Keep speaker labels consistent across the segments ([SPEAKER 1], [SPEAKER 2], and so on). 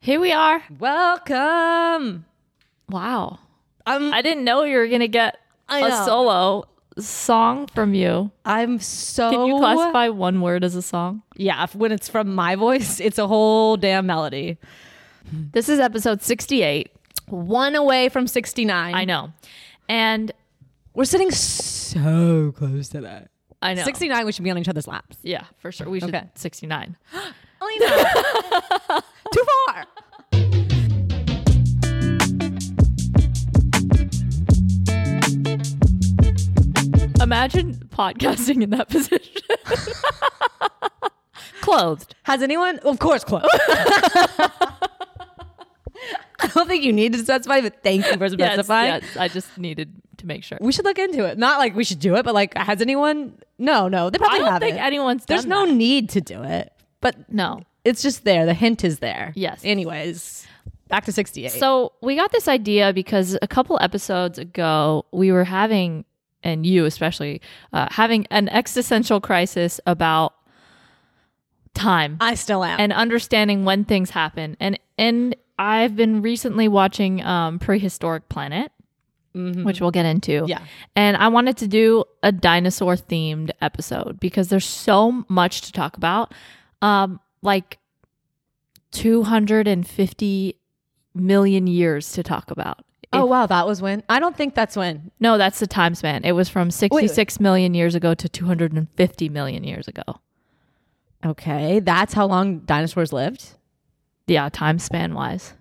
[SPEAKER 1] Here we are.
[SPEAKER 2] Welcome.
[SPEAKER 1] Wow.
[SPEAKER 2] I'm
[SPEAKER 1] I didn't know you were going to get
[SPEAKER 2] I
[SPEAKER 1] a
[SPEAKER 2] know.
[SPEAKER 1] solo song from you.
[SPEAKER 2] I'm so
[SPEAKER 1] Can you classify one word as a song?
[SPEAKER 2] Yeah, if- when it's from my voice, it's a whole damn melody.
[SPEAKER 1] This is episode 68.
[SPEAKER 2] One away from 69.
[SPEAKER 1] I know. And
[SPEAKER 2] We're sitting so close to that.
[SPEAKER 1] I know.
[SPEAKER 2] 69 we should be on each other's laps.
[SPEAKER 1] Yeah, for sure. We should.
[SPEAKER 2] Okay.
[SPEAKER 1] 69.
[SPEAKER 2] Oh, Too far.
[SPEAKER 1] Imagine podcasting in that position. Clothed.
[SPEAKER 2] Has anyone? Of course, close. I don't think you need to specify, but thank you for
[SPEAKER 1] Yes,
[SPEAKER 2] specifying.
[SPEAKER 1] yes. I just needed to make sure.
[SPEAKER 2] We should look into it. Not like we should do it, but like, has anyone? No, no, they
[SPEAKER 1] I
[SPEAKER 2] probably
[SPEAKER 1] don't
[SPEAKER 2] haven't.
[SPEAKER 1] think anyone's
[SPEAKER 2] There's
[SPEAKER 1] done
[SPEAKER 2] no
[SPEAKER 1] that.
[SPEAKER 2] need to do it, but
[SPEAKER 1] No.
[SPEAKER 2] it's just there. The hint is there.
[SPEAKER 1] Yes.
[SPEAKER 2] Anyways, back to 68.
[SPEAKER 1] So we got this idea because a couple episodes ago we were having, and you especially, uh, having an existential crisis about time
[SPEAKER 2] I still am.
[SPEAKER 1] and understanding when things happen. And and I've been recently watching um, Prehistoric Planet, which we'll get into.
[SPEAKER 2] Yeah.
[SPEAKER 1] And I wanted to do a dinosaur themed episode because there's so much to talk about. Um, like 250 million years to talk about.
[SPEAKER 2] oh
[SPEAKER 1] If-
[SPEAKER 2] wow, that was when. I don't think that's when.
[SPEAKER 1] no, that's the time span. It was from 66 million years ago to 250 million years ago.
[SPEAKER 2] Okay, that's how long dinosaurs lived.
[SPEAKER 1] yeah time span wise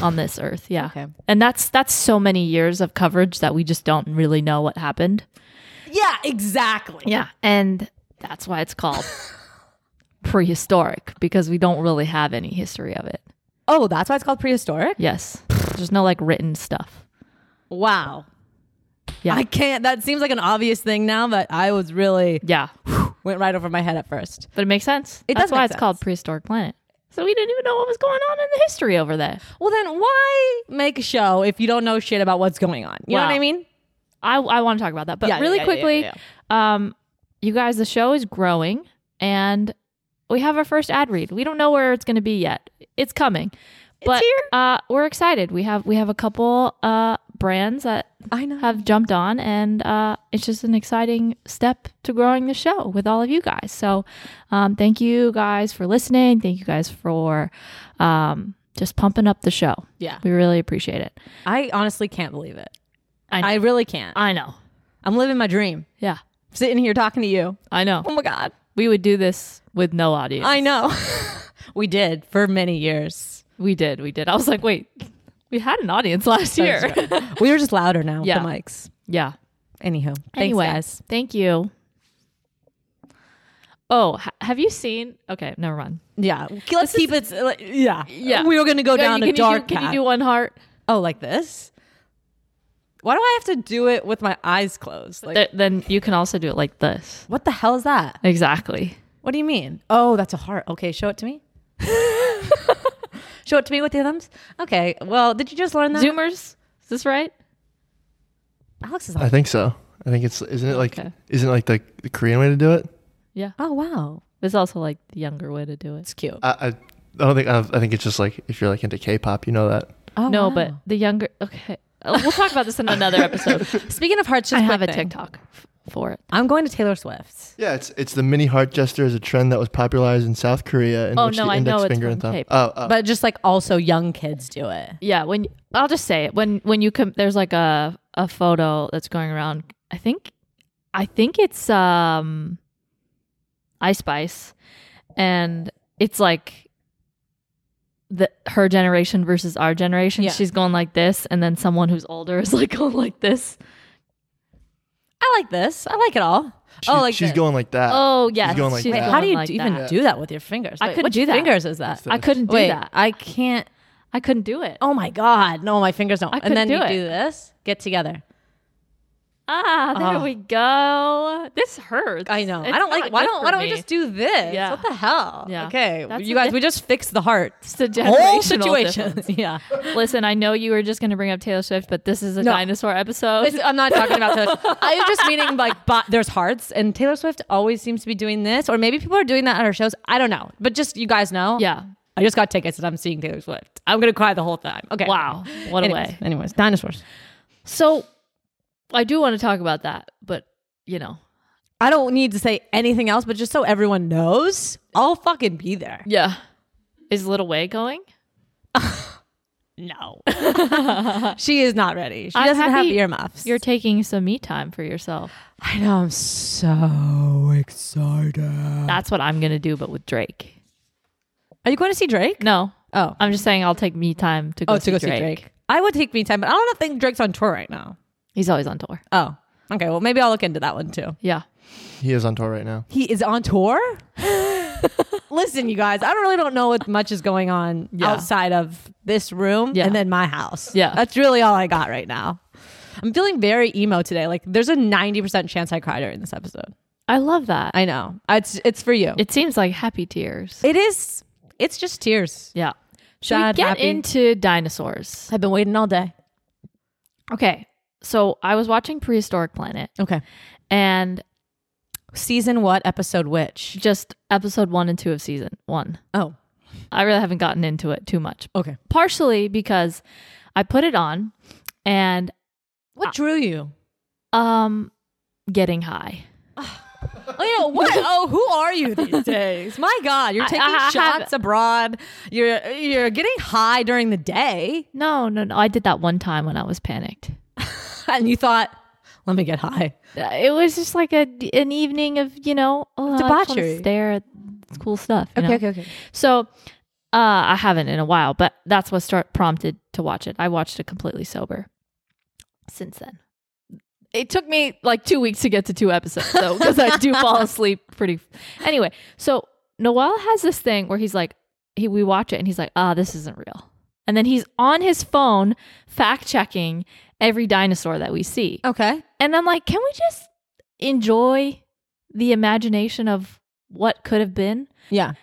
[SPEAKER 1] on this earth yeah
[SPEAKER 2] Okay.
[SPEAKER 1] and that's that's so many years of coverage that we just don't really know what happened
[SPEAKER 2] Yeah, exactly.
[SPEAKER 1] yeah and that's why it's called prehistoric because we don't really have any history of it
[SPEAKER 2] Oh, that's why it's called prehistoric.
[SPEAKER 1] yes there's no like written stuff
[SPEAKER 2] Wow.
[SPEAKER 1] Yeah.
[SPEAKER 2] I can't. That seems like an obvious thing now, but I was really
[SPEAKER 1] yeah
[SPEAKER 2] went right over my head at first.
[SPEAKER 1] but it makes sense
[SPEAKER 2] It
[SPEAKER 1] that's
[SPEAKER 2] does
[SPEAKER 1] why
[SPEAKER 2] make
[SPEAKER 1] it's called prehistoric planet so we didn't even know what was going on in the history over there
[SPEAKER 2] Well, then why make a show if you don't know shit about what's going on? You know what
[SPEAKER 1] Wow.
[SPEAKER 2] I mean?
[SPEAKER 1] I, I want to talk about that. But
[SPEAKER 2] Yeah, yeah,
[SPEAKER 1] really
[SPEAKER 2] yeah, yeah,
[SPEAKER 1] quickly,
[SPEAKER 2] yeah,
[SPEAKER 1] Um, you guys, the show is growing and we have our first ad read. We don't know where it's going to be yet. It's coming. But
[SPEAKER 2] here.
[SPEAKER 1] Uh, we're excited. We have we have a couple uh, brands that
[SPEAKER 2] I know.
[SPEAKER 1] have jumped on, and uh, it's just an exciting step to growing the show with all of you guys. So, um, thank you guys for listening. Thank you guys for um, just pumping up the show.
[SPEAKER 2] Yeah.
[SPEAKER 1] We really appreciate it.
[SPEAKER 2] I honestly can't believe it.
[SPEAKER 1] I know.
[SPEAKER 2] I really can't.
[SPEAKER 1] I know.
[SPEAKER 2] I'm living my dream.
[SPEAKER 1] Yeah,
[SPEAKER 2] Sitting here talking to you.
[SPEAKER 1] I know.
[SPEAKER 2] Oh my God.
[SPEAKER 1] We would do this with no audience.
[SPEAKER 2] I know. we did for many years.
[SPEAKER 1] We did. We did. I was like, wait, we had an audience last year.
[SPEAKER 2] we were just louder now
[SPEAKER 1] Yeah.
[SPEAKER 2] with the mics.
[SPEAKER 1] yeah.
[SPEAKER 2] Anywho. Thanks,
[SPEAKER 1] Anyway,
[SPEAKER 2] guys.
[SPEAKER 1] thank you. Oh, ha- have you seen? Okay, never mind.
[SPEAKER 2] Yeah. Let's keep it. uh, like, Yeah.
[SPEAKER 1] Yeah.
[SPEAKER 2] We were going to go
[SPEAKER 1] Yeah,
[SPEAKER 2] down
[SPEAKER 1] you-
[SPEAKER 2] a
[SPEAKER 1] can
[SPEAKER 2] dark
[SPEAKER 1] You do, can you
[SPEAKER 2] path.
[SPEAKER 1] do one heart?
[SPEAKER 2] Oh, like this? Why do I have to do it with my eyes closed? Like,
[SPEAKER 1] Th- then you can also do it like this.
[SPEAKER 2] what the hell is that?
[SPEAKER 1] Exactly.
[SPEAKER 2] What do you mean? Oh, that's a heart. Okay, show it to me. show it to me with your thumbs. Okay. Well, did you just learn that?
[SPEAKER 1] Zoomers, is this right?
[SPEAKER 2] Alex is
[SPEAKER 3] I
[SPEAKER 2] like,
[SPEAKER 3] think so. I think it's isn't it like
[SPEAKER 1] Okay.
[SPEAKER 3] isn't it like the, the Korean way to do it?
[SPEAKER 1] Yeah.
[SPEAKER 2] oh wow,
[SPEAKER 1] It's also like the younger way to do it.
[SPEAKER 2] it's cute.
[SPEAKER 3] I I, I don't think I, I think it's just like if you're like into K-pop, you know that.
[SPEAKER 2] Oh,
[SPEAKER 1] no,
[SPEAKER 2] wow.
[SPEAKER 1] but the younger. Okay. Uh, We'll talk about this in another episode.
[SPEAKER 2] speaking of hearts, just
[SPEAKER 1] I have a
[SPEAKER 2] quick thing.
[SPEAKER 1] TikTok f- for it.
[SPEAKER 2] I'm going to Taylor Swift.
[SPEAKER 3] Yeah, it's it's the mini heart gesture is a trend that was popularized in South Korea in
[SPEAKER 1] Oh,
[SPEAKER 3] which
[SPEAKER 1] no,
[SPEAKER 3] the
[SPEAKER 1] I
[SPEAKER 3] index
[SPEAKER 1] know it's
[SPEAKER 3] finger and
[SPEAKER 1] from
[SPEAKER 3] thumb.
[SPEAKER 1] K-pop.
[SPEAKER 3] Oh, oh,
[SPEAKER 2] But just like also young kids do it.
[SPEAKER 1] Yeah, when I'll just say it when when you come there's like a a photo that's going around. I think I think it's um Ice Spice and it's like the her generation versus our generation.
[SPEAKER 2] Yeah.
[SPEAKER 1] She's going like this and then someone who's older is like going like this.
[SPEAKER 3] Uh,
[SPEAKER 2] I like this. I like it all.
[SPEAKER 3] she-
[SPEAKER 2] oh, like
[SPEAKER 3] she's
[SPEAKER 2] this.
[SPEAKER 3] going like that.
[SPEAKER 1] Oh yes.
[SPEAKER 3] going like
[SPEAKER 2] Wait,
[SPEAKER 3] that.
[SPEAKER 2] how do you
[SPEAKER 1] like
[SPEAKER 2] even
[SPEAKER 1] that.
[SPEAKER 2] do that with your fingers?
[SPEAKER 1] I
[SPEAKER 2] Wait,
[SPEAKER 1] couldn't
[SPEAKER 2] which
[SPEAKER 1] do that.
[SPEAKER 2] Fingers is that?
[SPEAKER 1] I couldn't do
[SPEAKER 2] Wait,
[SPEAKER 1] that.
[SPEAKER 2] I can't.
[SPEAKER 1] I couldn't do it.
[SPEAKER 2] Oh my god, no, my fingers don't.
[SPEAKER 1] I couldn't
[SPEAKER 2] and then
[SPEAKER 1] do
[SPEAKER 2] you
[SPEAKER 1] it.
[SPEAKER 2] do this. Get together.
[SPEAKER 1] Ah, there
[SPEAKER 2] Oh.
[SPEAKER 1] we go. This hurts.
[SPEAKER 2] I know.
[SPEAKER 1] It's
[SPEAKER 2] I don't like.
[SPEAKER 1] not
[SPEAKER 2] Why
[SPEAKER 1] good
[SPEAKER 2] don't
[SPEAKER 1] for
[SPEAKER 2] Why don't we
[SPEAKER 1] me.
[SPEAKER 2] just do this?
[SPEAKER 1] Yeah.
[SPEAKER 2] What the hell?
[SPEAKER 1] Yeah.
[SPEAKER 2] Okay,
[SPEAKER 1] That's
[SPEAKER 2] you
[SPEAKER 1] a
[SPEAKER 2] guys, we just fixed the heart.
[SPEAKER 1] It's a
[SPEAKER 2] Whole
[SPEAKER 1] generational difference.
[SPEAKER 2] situation. yeah.
[SPEAKER 1] Listen, I know you were just going to bring up Taylor Swift, but this is a
[SPEAKER 2] No.
[SPEAKER 1] dinosaur episode.
[SPEAKER 2] It's- I'm not talking about Taylor. Swift. I was just meaning like bo- there's hearts, and Taylor Swift always seems to be doing this, or maybe people are doing that at her shows. I don't know, but just you guys know.
[SPEAKER 1] yeah.
[SPEAKER 2] I just got tickets and I'm seeing Taylor Swift. I'm gonna cry the whole time. Okay.
[SPEAKER 1] Wow, what a
[SPEAKER 2] anyways,
[SPEAKER 1] way.
[SPEAKER 2] Anyways, dinosaurs.
[SPEAKER 1] So I do want to talk about that, but you know,
[SPEAKER 2] I don't need to say anything else, but just so everyone knows, I'll fucking be there.
[SPEAKER 1] yeah, is Little Way going?
[SPEAKER 2] No. she is not ready. She
[SPEAKER 1] I'm
[SPEAKER 2] doesn't have
[SPEAKER 1] happy
[SPEAKER 2] earmuffs.
[SPEAKER 1] You're taking some me time for yourself.
[SPEAKER 2] I know. I'm so excited.
[SPEAKER 1] That's what I'm gonna do, but with Drake.
[SPEAKER 2] Are you going to see Drake?
[SPEAKER 1] No,
[SPEAKER 2] Oh.
[SPEAKER 1] I'm just saying I'll take me time to go.
[SPEAKER 2] oh,
[SPEAKER 1] see
[SPEAKER 2] to go
[SPEAKER 1] Drake.
[SPEAKER 2] see Drake. I would take me time, but I don't think Drake's on tour right now.
[SPEAKER 1] He's always on tour.
[SPEAKER 2] Oh. Okay. Well, maybe I'll look into that one too.
[SPEAKER 1] Yeah,
[SPEAKER 3] He is on tour right now.
[SPEAKER 2] He is on tour? Listen, you guys, I don't really don't know what much is going on
[SPEAKER 1] Yeah.
[SPEAKER 2] outside of this room
[SPEAKER 1] Yeah.
[SPEAKER 2] and then my house.
[SPEAKER 1] Yeah.
[SPEAKER 2] That's really all I got right now. I'm feeling very emo today. Like there's a 90% chance I cry during this episode.
[SPEAKER 1] I love that.
[SPEAKER 2] I know. It's it's for you.
[SPEAKER 1] it seems like happy tears.
[SPEAKER 2] It is. It's just tears.
[SPEAKER 1] yeah. Should
[SPEAKER 2] Sad,
[SPEAKER 1] we get
[SPEAKER 2] happy.
[SPEAKER 1] into dinosaurs?
[SPEAKER 2] I've been waiting all day.
[SPEAKER 1] Okay. So I was watching Prehistoric Planet
[SPEAKER 2] Okay.
[SPEAKER 1] and
[SPEAKER 2] Season what? Episode which?
[SPEAKER 1] just episode one and two of season one.
[SPEAKER 2] Oh.
[SPEAKER 1] I really haven't gotten into it too much.
[SPEAKER 2] Okay.
[SPEAKER 1] Partially because I put it on and
[SPEAKER 2] What drew you?
[SPEAKER 1] um getting high.
[SPEAKER 2] Oh, you know what? oh, who are you these days? My God, you're
[SPEAKER 1] I-
[SPEAKER 2] taking
[SPEAKER 1] I have-
[SPEAKER 2] shots abroad. You're you're getting high during the day,
[SPEAKER 1] No, no, no. I did that one time when I was panicked.
[SPEAKER 2] and you thought, "Let me get high."
[SPEAKER 1] Uh, It was just like a an evening of, you know, oh, I just wanna
[SPEAKER 2] Debauchery.
[SPEAKER 1] stare at cool stuff. you know?
[SPEAKER 2] okay.
[SPEAKER 1] So uh, I haven't in a while, but that's what start prompted to watch it. I watched it completely sober since then. It took me like two weeks to get to two episodes, though, because I do fall asleep pretty. Anyway, so Noel has this thing where he's like, he, we watch it and he's like, ah, this isn't real. And then he's on his phone fact checking every dinosaur that we see.
[SPEAKER 2] Okay.
[SPEAKER 1] And I'm like, can we just enjoy the imagination of what could have been?
[SPEAKER 2] Yeah.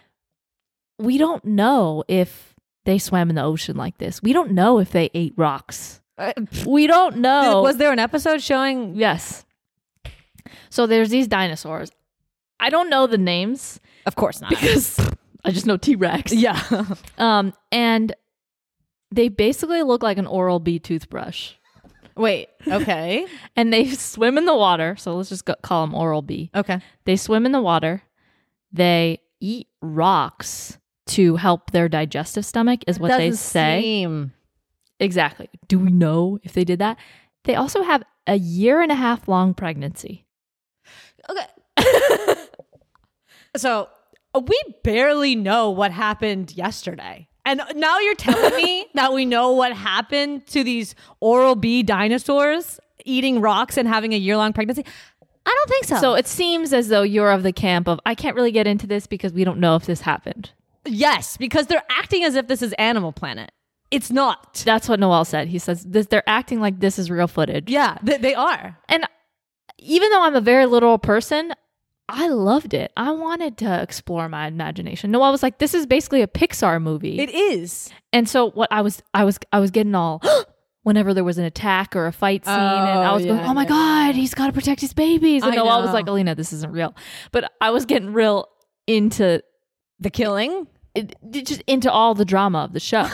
[SPEAKER 1] we don't know if they swam in the ocean like this. We don't know if they ate rocks. We don't know.
[SPEAKER 2] Uh, Was there an episode showing?
[SPEAKER 1] yes. So there's these dinosaurs. I don't know the names
[SPEAKER 2] Of course not.
[SPEAKER 1] because I just know T Rex.
[SPEAKER 2] yeah.
[SPEAKER 1] Um, and they basically look like an Oral B toothbrush,
[SPEAKER 2] Wait. Okay.
[SPEAKER 1] and they swim in the water. So let's just go- call them Oral B.
[SPEAKER 2] okay.
[SPEAKER 1] They swim in the water. They eat rocks to help their digestive stomach, is what they
[SPEAKER 2] Doesn't
[SPEAKER 1] say.
[SPEAKER 2] seem-
[SPEAKER 1] Exactly. Do we know if they did that? They also have a year and a half long pregnancy.
[SPEAKER 2] So uh, we barely know what happened yesterday. And now you're telling me that we know what happened to these Oral B dinosaurs eating rocks and having a year long pregnancy? I don't think so.
[SPEAKER 1] So it seems as though you're of the camp of I can't really get into this because we don't know if this happened.
[SPEAKER 2] yes, because they're acting as if this is Animal Planet. It's not.
[SPEAKER 1] That's what Noel said. He says this, they're acting like this is real footage.
[SPEAKER 2] Yeah, th- they are.
[SPEAKER 1] And even though I'm a very literal person, I loved it. I wanted to explore my imagination. Noel was like, "This is basically a Pixar movie."
[SPEAKER 2] It is.
[SPEAKER 1] And so what I was I was I was getting all whenever there was an attack or a fight scene and I
[SPEAKER 2] Oh,
[SPEAKER 1] was going,
[SPEAKER 2] yeah,
[SPEAKER 1] "Oh my
[SPEAKER 2] yeah.
[SPEAKER 1] god, he's got to protect his babies." And
[SPEAKER 2] I
[SPEAKER 1] Noel was
[SPEAKER 2] know.
[SPEAKER 1] like, "Alina, this isn't real." But I was getting real into
[SPEAKER 2] The killing?
[SPEAKER 1] it, just into all the drama of the show.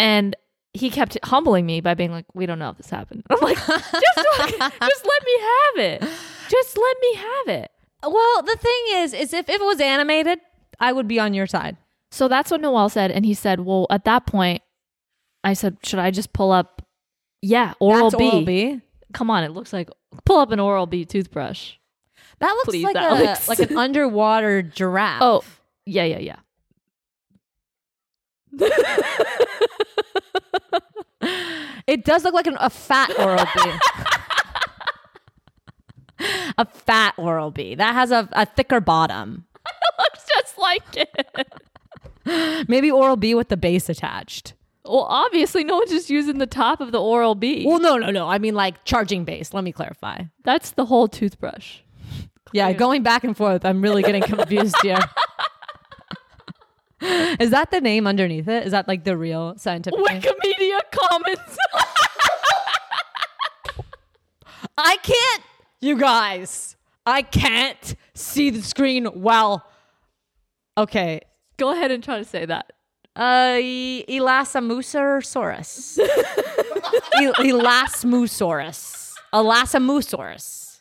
[SPEAKER 1] and he kept humbling me by being like, "We don't know if this happened." I'm like, "Just fucking- just let me have it. Just let me have it."
[SPEAKER 2] Well, the thing is, is if, if it was animated, I would be on your side.
[SPEAKER 1] So that's what Noel said. And he said, Well, at that point, I said, Should I just pull up? Yeah, Oral
[SPEAKER 2] That's
[SPEAKER 1] B.
[SPEAKER 2] Oral B.
[SPEAKER 1] Come on, it looks like pull up an Oral B toothbrush.
[SPEAKER 2] That looks
[SPEAKER 1] Please,
[SPEAKER 2] like, a,
[SPEAKER 1] Alex.
[SPEAKER 2] like an underwater giraffe.
[SPEAKER 1] Oh, yeah, yeah, yeah.
[SPEAKER 2] It does look like an, a fat Oral B. a fat Oral B that has a, a thicker bottom.
[SPEAKER 1] Looks just like it.
[SPEAKER 2] Maybe Oral B with the base attached.
[SPEAKER 1] Well, obviously, no one's just using the top of the Oral B.
[SPEAKER 2] Well, no, no, no. I mean, like charging base. Let me clarify.
[SPEAKER 1] that's the whole toothbrush.
[SPEAKER 2] Yeah, going back and forth. I'm really getting confused here. Is that the name underneath it? Is that like the real scientific name?
[SPEAKER 1] Wikimedia Commons.
[SPEAKER 2] I can't, you guys. I can't see the screen well. Okay,
[SPEAKER 1] Go ahead and try to say that.
[SPEAKER 4] Uh, E- Elastomusaurus.
[SPEAKER 2] El- Elasmosaurus. Elastomusaurus.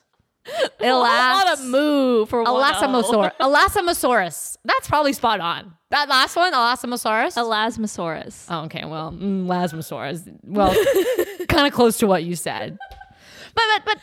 [SPEAKER 1] What a
[SPEAKER 2] Elas-
[SPEAKER 1] moo for one.
[SPEAKER 2] Elastomosaurus. Elastomosaurus. That's probably spot on. That last one, Elastomosaurus.
[SPEAKER 1] Elasmosaurus.
[SPEAKER 2] Oh, okay. Well, mm, Lasmosaurus. Well, kind of close to what you said. But, but, but,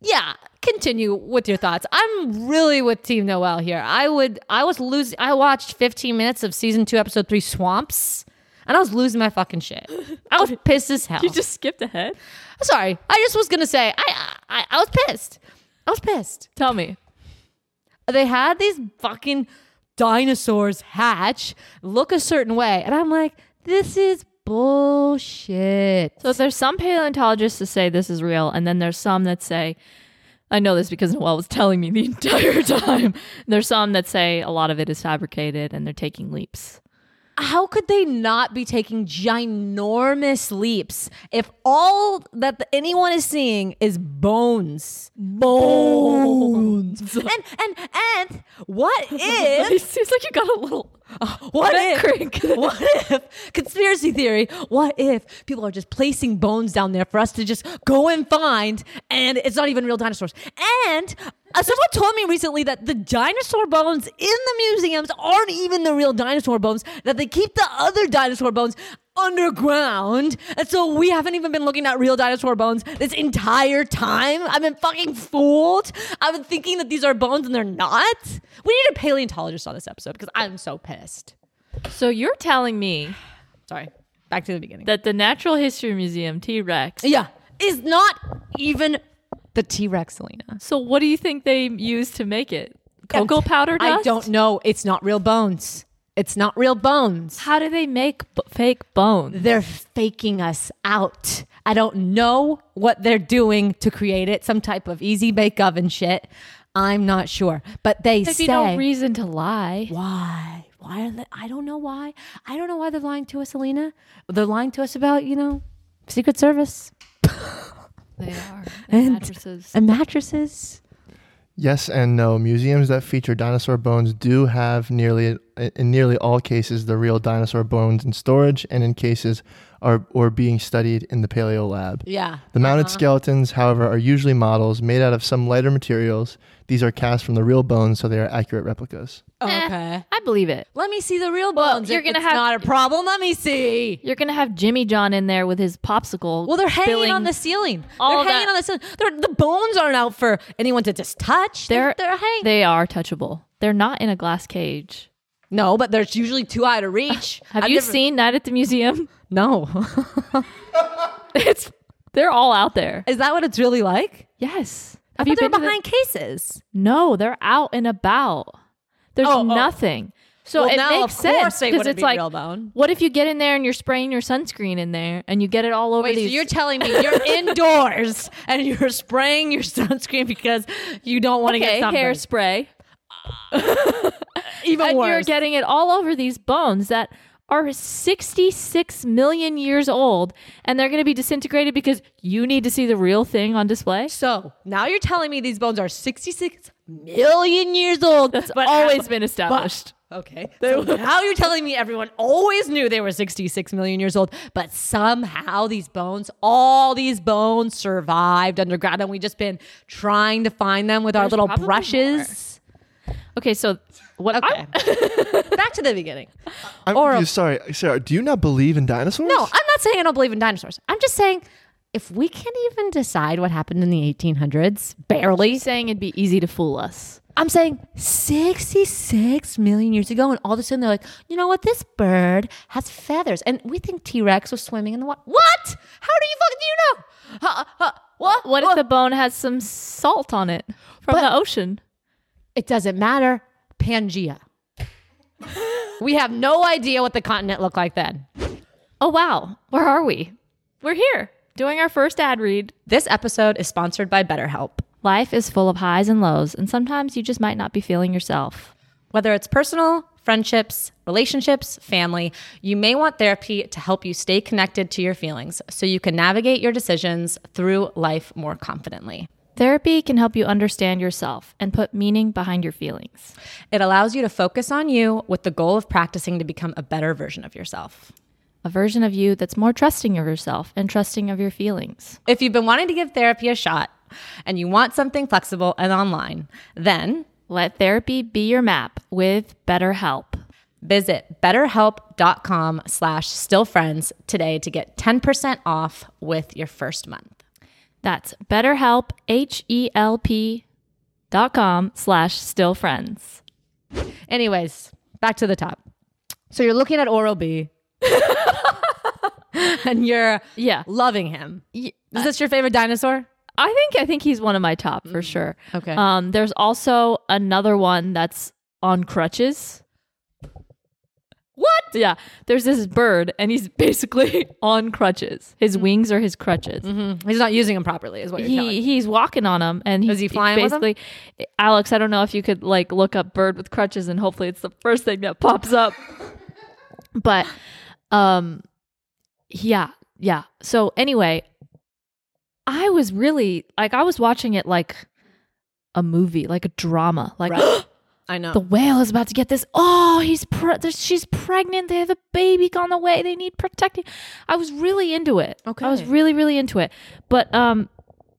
[SPEAKER 2] yeah. Continue with your thoughts. I'm really with Team Noel here. I would. I was losing. I watched 15 minutes of season two, episode three, Swamps, and I was losing my fucking shit. I was pissed as hell.
[SPEAKER 1] You just skipped ahead.
[SPEAKER 2] Sorry. I just was gonna say. I, I. I was pissed. I was pissed.
[SPEAKER 1] Tell me.
[SPEAKER 2] They had these fucking dinosaurs hatch, look a certain way, and I'm like, this is bullshit.
[SPEAKER 1] So there's some paleontologists that say this is real, and then there's some that say, I know this because Noel was telling me the entire time. There's some that say a lot of it is fabricated and they're taking leaps.
[SPEAKER 2] how could they not be taking ginormous leaps if all that anyone is seeing is bones bones and and and what
[SPEAKER 1] It
[SPEAKER 2] if
[SPEAKER 1] seems like you got a little.
[SPEAKER 2] what
[SPEAKER 1] That
[SPEAKER 2] if
[SPEAKER 1] crank.
[SPEAKER 2] what if conspiracy theory what if people are just placing bones down there for us to just go and find and it's not even real dinosaurs and uh, someone told me recently that the dinosaur bones in the museums aren't even the real dinosaur bones that they keep the other dinosaur bones underground and so we haven't even been looking at real dinosaur bones this entire time i've been fucking fooled i've been thinking that these are bones and they're not we need a paleontologist on this episode because i'm so pissed
[SPEAKER 1] So you're telling me
[SPEAKER 2] Sorry. Back to the beginning.
[SPEAKER 1] that the Natural History Museum T Rex.
[SPEAKER 2] yeah. Is not even the T Rex, Selena.
[SPEAKER 1] So what do you think they used to make it? Cocoa powder dust?
[SPEAKER 2] I don't know. It's not real bones. It's not real bones.
[SPEAKER 1] How do they make b- fake bones?
[SPEAKER 2] They're faking us out. I don't know what they're doing to create it. Some type of easy bake oven shit. I'm not sure. But they
[SPEAKER 1] There'd
[SPEAKER 2] say
[SPEAKER 1] be no reason to lie.
[SPEAKER 2] why? Why are they? I don't know why. I don't know why they're lying to us, Selena. They're lying to us about, you know, Secret Service
[SPEAKER 1] They are.
[SPEAKER 2] And-
[SPEAKER 1] mattresses.
[SPEAKER 2] and mattresses.
[SPEAKER 3] Yes and no. Museums that feature dinosaur bones do have nearly in nearly all cases the real dinosaur bones in storage, and in cases are or being studied in the paleo lab.
[SPEAKER 2] Yeah.
[SPEAKER 1] Uh-huh.
[SPEAKER 3] The mounted skeletons, however, are usually models made out of some lighter materials. These are cast from the real bones, so they are accurate replicas.
[SPEAKER 2] Okay.
[SPEAKER 1] Eh, I believe it.
[SPEAKER 2] Let me see the real
[SPEAKER 1] Well,
[SPEAKER 2] bones.
[SPEAKER 1] you're
[SPEAKER 2] If
[SPEAKER 1] gonna
[SPEAKER 2] it's
[SPEAKER 1] have-
[SPEAKER 2] not a problem. Let me see.
[SPEAKER 1] You're gonna have Jimmy John in there with his popsicle.
[SPEAKER 2] Well, they're hanging
[SPEAKER 1] spilling-
[SPEAKER 2] on the ceiling.
[SPEAKER 1] all
[SPEAKER 2] they're hanging
[SPEAKER 1] that-
[SPEAKER 2] on the ceiling. They're, the bones aren't out for anyone to just touch.
[SPEAKER 1] They're,
[SPEAKER 2] they're hanging.
[SPEAKER 1] They are touchable. They're not in a glass cage.
[SPEAKER 2] no, but there's usually two out of reach.
[SPEAKER 1] Have
[SPEAKER 2] I've
[SPEAKER 1] you
[SPEAKER 2] never-
[SPEAKER 1] seen Night at the Museum?
[SPEAKER 2] No.
[SPEAKER 1] It's they're all out there.
[SPEAKER 2] Is that what it's really like?
[SPEAKER 1] Yes.
[SPEAKER 2] I
[SPEAKER 1] Have
[SPEAKER 2] thought
[SPEAKER 1] you
[SPEAKER 2] they were
[SPEAKER 1] been to the-
[SPEAKER 2] behind cases.
[SPEAKER 1] No, they're out and about. There's
[SPEAKER 2] Oh, oh.
[SPEAKER 1] nothing. So
[SPEAKER 2] Well,
[SPEAKER 1] it
[SPEAKER 2] now,
[SPEAKER 1] makes
[SPEAKER 2] of course,
[SPEAKER 1] sense
[SPEAKER 2] they
[SPEAKER 1] because
[SPEAKER 2] wouldn't
[SPEAKER 1] it's
[SPEAKER 2] be
[SPEAKER 1] like,
[SPEAKER 2] real bone.
[SPEAKER 1] what if you get in there and you're spraying your sunscreen in there and you get it all over
[SPEAKER 2] Wait, so
[SPEAKER 1] these?
[SPEAKER 2] you're telling me you're indoors and you're spraying your sunscreen because you don't want to
[SPEAKER 1] okay,
[SPEAKER 2] get sunburned.
[SPEAKER 1] hairspray.
[SPEAKER 2] Even
[SPEAKER 1] and you're
[SPEAKER 2] worse.
[SPEAKER 1] getting it all over these bones that are 66 million years old and they're going to be disintegrated because you need to see the real thing on display
[SPEAKER 2] So now you're telling me these bones are 66 million years old.
[SPEAKER 1] that's always been established
[SPEAKER 2] Okay. So now you're telling me everyone always knew they were 66 million years old, but somehow these bones, all these bones survived underground and we've just been trying to find them with our
[SPEAKER 1] There's
[SPEAKER 2] little
[SPEAKER 1] probably
[SPEAKER 2] brushes.
[SPEAKER 1] okay so what
[SPEAKER 2] Okay. Back to the beginning.
[SPEAKER 3] I'm confused. Sorry, Sarah. Do you not believe in dinosaurs?
[SPEAKER 2] No, I'm not saying I don't believe in dinosaurs. I'm just saying if we can't even decide what happened in the 1800s, barely,
[SPEAKER 1] he's saying it'd be easy to fool us
[SPEAKER 2] I'm saying 66 million years ago, and all of a sudden they're like, you know what? This bird has feathers, and we think T Rex was swimming in the water. What? How do you fucking do you know? Huh, uh, huh, what?
[SPEAKER 1] what if the bone has some salt on it from the ocean
[SPEAKER 2] It doesn't matter. Pangea. we have no idea what the continent looked like then.
[SPEAKER 1] oh wow where are we we're here doing our first ad read
[SPEAKER 2] This episode is sponsored by BetterHelp.
[SPEAKER 1] life is full of highs and lows and sometimes you just might not be feeling yourself
[SPEAKER 2] Whether it's personal, friendships, relationships, family, you may want therapy to help you stay connected to your feelings so you can navigate your decisions through life more confidently.
[SPEAKER 1] Therapy can help you understand yourself and put meaning behind your feelings.
[SPEAKER 5] It allows you to focus on you with the goal of practicing to become a better version of yourself.
[SPEAKER 1] A version of you that's more trusting of yourself and trusting of your feelings.
[SPEAKER 5] If you've been wanting to give therapy a shot and you want something flexible and online, then
[SPEAKER 1] Let therapy be your map with BetterHelp.
[SPEAKER 5] visit betterhelp.com slash stillfriends today to get 10% off with your first month.
[SPEAKER 1] That's BetterHelp, H-E-L-P dot com slash still friends.
[SPEAKER 5] Anyways,
[SPEAKER 2] back to the top. So you're looking at Oral B and you're
[SPEAKER 1] Yeah.
[SPEAKER 2] loving him. Is this your favorite dinosaur?
[SPEAKER 1] I think I think he's one of my top for sure.
[SPEAKER 2] Okay.
[SPEAKER 1] Um, there's also another one that's on crutches. What? Yeah. There's this bird, and he's basically on crutches. His wings are his crutches.
[SPEAKER 2] Mm, He's not using them properly, is what you're telling
[SPEAKER 1] He he's walking on them, and he's
[SPEAKER 2] he flying with 'em?
[SPEAKER 1] basically. Alex, I don't know if you could like look up bird with crutches, and hopefully it's the first thing that pops up. but, um, yeah, yeah. So anyway, I was really like I was watching it like a movie, like a drama, like.
[SPEAKER 2] I know.
[SPEAKER 1] The whale is about to get this. Oh, he's pre- there's- she's pregnant. They have a baby on the way. They need protecting. I was really into it. Okay, I was really really into it. But um,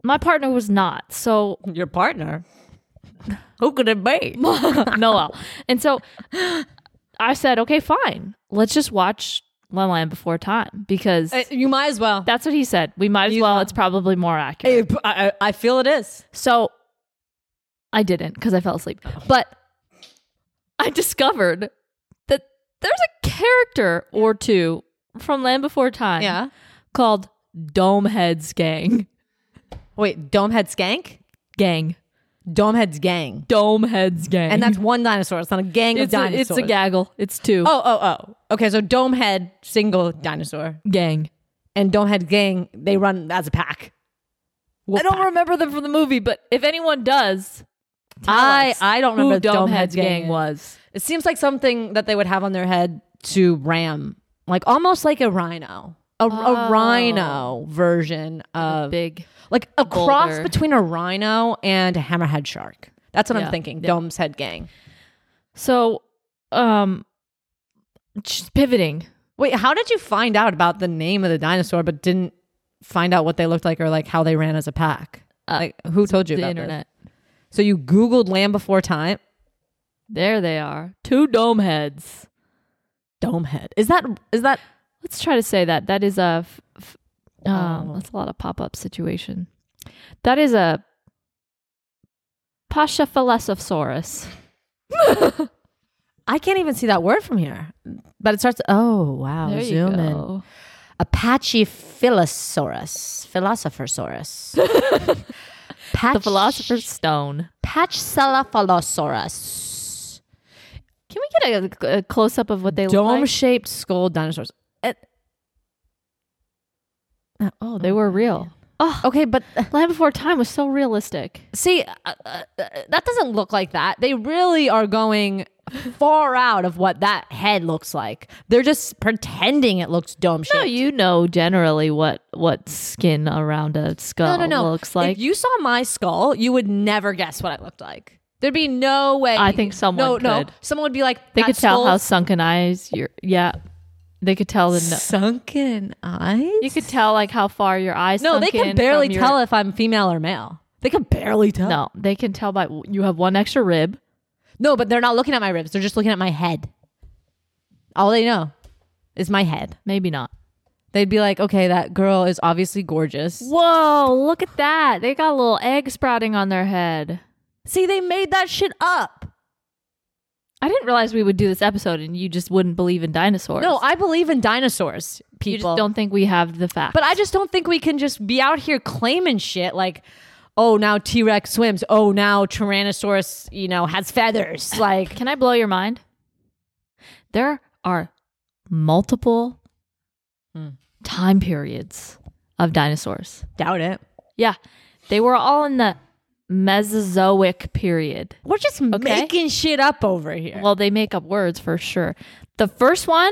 [SPEAKER 1] my partner was not. So
[SPEAKER 2] your partner. Who could it be?
[SPEAKER 1] Noel. And so I said, okay, fine. Let's just watch La Land Before Time because
[SPEAKER 2] you might as well.
[SPEAKER 1] that's what he said. We might as
[SPEAKER 2] You-
[SPEAKER 1] well. It's probably more accurate.
[SPEAKER 2] I, I, I feel it is.
[SPEAKER 1] So I didn't because I fell asleep. But I discovered that there's a character or two from Land Before Time called Domeheads Gang.
[SPEAKER 2] Wait, Domehead Skank?
[SPEAKER 1] Gang.
[SPEAKER 2] Domehead's gang.
[SPEAKER 1] Domeheads Gang.
[SPEAKER 2] And that's one dinosaur. It's not a gang of
[SPEAKER 1] it's a,
[SPEAKER 2] dinosaurs.
[SPEAKER 1] it's a gaggle. It's two.
[SPEAKER 2] Oh, oh, oh. Okay, so Domehead, single dinosaur.
[SPEAKER 1] Gang.
[SPEAKER 2] And Domehead gang, they run as a pack. Wolf
[SPEAKER 1] I don't
[SPEAKER 2] pack.
[SPEAKER 1] remember them from the movie, but if anyone does, tell
[SPEAKER 2] I,
[SPEAKER 1] us
[SPEAKER 2] I don't
[SPEAKER 1] who
[SPEAKER 2] remember
[SPEAKER 1] Domehead's Gang
[SPEAKER 2] is.
[SPEAKER 1] was.
[SPEAKER 2] It seems like something that they would have on their head to ram, like almost like a rhino, a, a
[SPEAKER 1] Oh.
[SPEAKER 2] rhino version of
[SPEAKER 1] Big.
[SPEAKER 2] like a cross
[SPEAKER 1] boulder.
[SPEAKER 2] between a rhino and a hammerhead shark. That's what I'm
[SPEAKER 1] Yeah,
[SPEAKER 2] thinking.
[SPEAKER 1] yeah.
[SPEAKER 2] Dome's head gang.
[SPEAKER 1] So, um, just pivoting.
[SPEAKER 2] Wait, how did you find out about the name of the dinosaur, but didn't find out what they looked like or like how they ran as a pack? like who told you
[SPEAKER 1] Uh, the
[SPEAKER 2] about this?
[SPEAKER 1] internet.
[SPEAKER 2] So you Googled Lamb Before Time.
[SPEAKER 1] There they are. Two dome heads.
[SPEAKER 2] Domehead. Is that is that
[SPEAKER 1] Let's try to say that. That is a. F- f- um,
[SPEAKER 2] Oh.
[SPEAKER 1] That's a lot of pop up situation. That is a. Pasha Philosophsaurus.
[SPEAKER 2] I can't even see that word from here. But it starts oh wow,
[SPEAKER 1] There
[SPEAKER 2] zoom
[SPEAKER 1] you
[SPEAKER 2] in.
[SPEAKER 1] go.
[SPEAKER 5] Apache Philosaurus, Philosophersaurus. Patch,
[SPEAKER 1] The Philosopher's Stone.
[SPEAKER 5] Pachycephalosaurus.
[SPEAKER 1] Can we get a, close up of what they look
[SPEAKER 2] Dome
[SPEAKER 1] like?
[SPEAKER 2] shaped skull dinosaurs. It- Uh,
[SPEAKER 1] oh, they were real. Oh,
[SPEAKER 2] okay, but uh,
[SPEAKER 1] Land Before Time was so realistic.
[SPEAKER 2] see, uh, uh, uh, that doesn't look like that. They really are going far out of what that head looks like. They're just pretending it looks dome shaped.
[SPEAKER 1] No, you know generally what what skin around a skull looks like.
[SPEAKER 2] If you saw my skull, you would never guess what it looked like. There'd be no way.
[SPEAKER 1] I think someone
[SPEAKER 2] no, no.
[SPEAKER 1] could.
[SPEAKER 2] Someone would be like,
[SPEAKER 1] they
[SPEAKER 2] "That
[SPEAKER 1] could tell how
[SPEAKER 2] skull's
[SPEAKER 1] sunken eyes your yeah. They could tell the no,
[SPEAKER 2] sunken eyes.
[SPEAKER 1] You could tell like how far your eyes.
[SPEAKER 2] no, they
[SPEAKER 1] sunk
[SPEAKER 2] can
[SPEAKER 1] in
[SPEAKER 2] barely
[SPEAKER 1] from your-
[SPEAKER 2] tell if I'm female or male. They can barely tell.
[SPEAKER 1] No, they can tell by you have one extra rib.
[SPEAKER 2] no, but they're not looking at my ribs. They're just looking at my head. All they know is my head.
[SPEAKER 1] Maybe not.
[SPEAKER 2] They'd be like, "Okay, that girl is obviously gorgeous."
[SPEAKER 1] Whoa! Look at that. They got a little egg sprouting on their head.
[SPEAKER 2] See, they made that shit up.
[SPEAKER 1] I didn't realize we would do this episode, and you just wouldn't believe in dinosaurs.
[SPEAKER 2] No, I believe in dinosaurs, people.
[SPEAKER 1] you just don't think we have the facts.
[SPEAKER 2] But I just don't think we can just be out here claiming shit like, oh, now T Rex swims. Oh, now Tyrannosaurus, you know, has feathers. Like,
[SPEAKER 1] Can I blow your mind? There are multiple
[SPEAKER 2] Hmm.
[SPEAKER 1] time periods of dinosaurs.
[SPEAKER 2] doubt it.
[SPEAKER 1] Yeah. They were all in the Mesozoic period.
[SPEAKER 2] We're just making shit up over here.
[SPEAKER 1] Well, they make up words for sure. The first one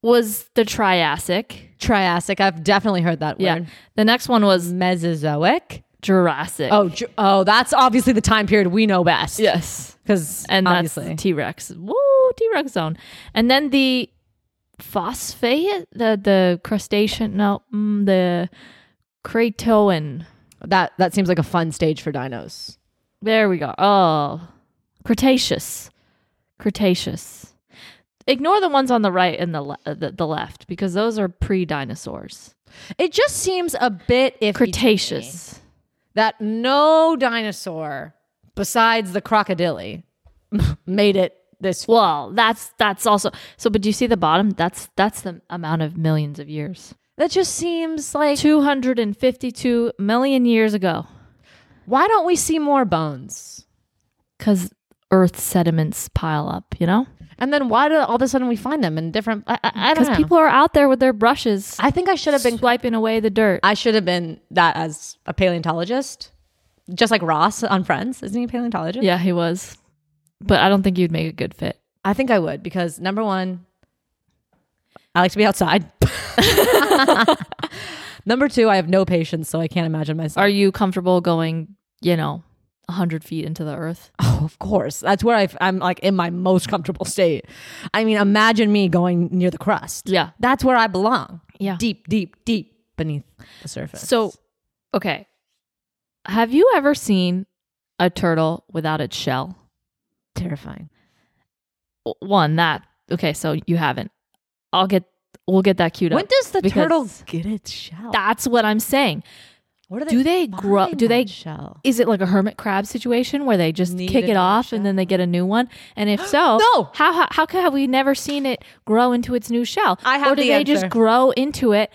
[SPEAKER 1] was the Triassic.
[SPEAKER 2] Triassic, I've definitely heard that
[SPEAKER 1] Yeah. The next one was
[SPEAKER 2] Mesozoic.
[SPEAKER 1] Jurassic.
[SPEAKER 6] Oh, ju- oh, that's obviously the time period we know best.
[SPEAKER 1] yes.
[SPEAKER 6] because
[SPEAKER 1] And
[SPEAKER 6] obviously,
[SPEAKER 1] that's T Rex. Woo, T Rex zone. And then the phosphate, the the crustacean, no, mm, the Cratoan.
[SPEAKER 6] that that seems like a fun stage for dinos.
[SPEAKER 1] There we go. Oh, Cretaceous, Cretaceous. Ignore the ones on the right and the le- uh, the, the left because those are pre dinosaurs.
[SPEAKER 6] It just seems a bit iffy. to me
[SPEAKER 1] Cretaceous.
[SPEAKER 6] that no dinosaur besides the crocodile made it this.
[SPEAKER 1] Well, that's that's also so. But do you see the bottom? That's that's the amount of millions of years.
[SPEAKER 6] That just seems like
[SPEAKER 1] Two hundred and fifty-two million years ago,
[SPEAKER 6] why don't we see more bones?
[SPEAKER 1] because Earth sediments pile up. You know,
[SPEAKER 6] And then why do all of a sudden we find them in different? I, I, I don't
[SPEAKER 1] because
[SPEAKER 6] know.
[SPEAKER 1] people are out there with their brushes,
[SPEAKER 6] I think I should have been.
[SPEAKER 1] swiping away the dirt.
[SPEAKER 2] I should have been that as a paleontologist, just like Ross on Friends. Isn't he a paleontologist?
[SPEAKER 1] yeah, he was, but I don't think you'd make a good fit.
[SPEAKER 2] I think I would because number one, I like to be outside. number two, I have no patience, so I can't imagine myself.
[SPEAKER 1] Are you comfortable going, you know, 100 feet into the earth?
[SPEAKER 2] Oh, of course. That's where I, I'm like in my most comfortable state. I mean, imagine me going near the crust.
[SPEAKER 1] Yeah.
[SPEAKER 2] That's where I belong.
[SPEAKER 1] Yeah.
[SPEAKER 2] Deep, deep, deep beneath the surface.
[SPEAKER 1] So, okay. Have you ever seen a turtle without its shell?
[SPEAKER 2] terrifying.
[SPEAKER 1] W- One, that. Okay, so you haven't. I'll get, we'll get that queued
[SPEAKER 2] When
[SPEAKER 1] up.
[SPEAKER 2] does the
[SPEAKER 1] because
[SPEAKER 2] turtle get its shell?
[SPEAKER 1] That's what I'm saying.
[SPEAKER 2] Where
[SPEAKER 1] do they grow-
[SPEAKER 2] find
[SPEAKER 1] do they-
[SPEAKER 2] that shell?
[SPEAKER 1] Is it like a hermit crab situation where they just
[SPEAKER 2] Need
[SPEAKER 1] kick it
[SPEAKER 2] another
[SPEAKER 1] off and then they get a new one? And if so,
[SPEAKER 2] No!
[SPEAKER 1] how, how how could have we never seen it grow into its new shell?
[SPEAKER 2] I have
[SPEAKER 1] or do
[SPEAKER 2] the
[SPEAKER 1] they
[SPEAKER 2] answer.
[SPEAKER 1] just grow into it?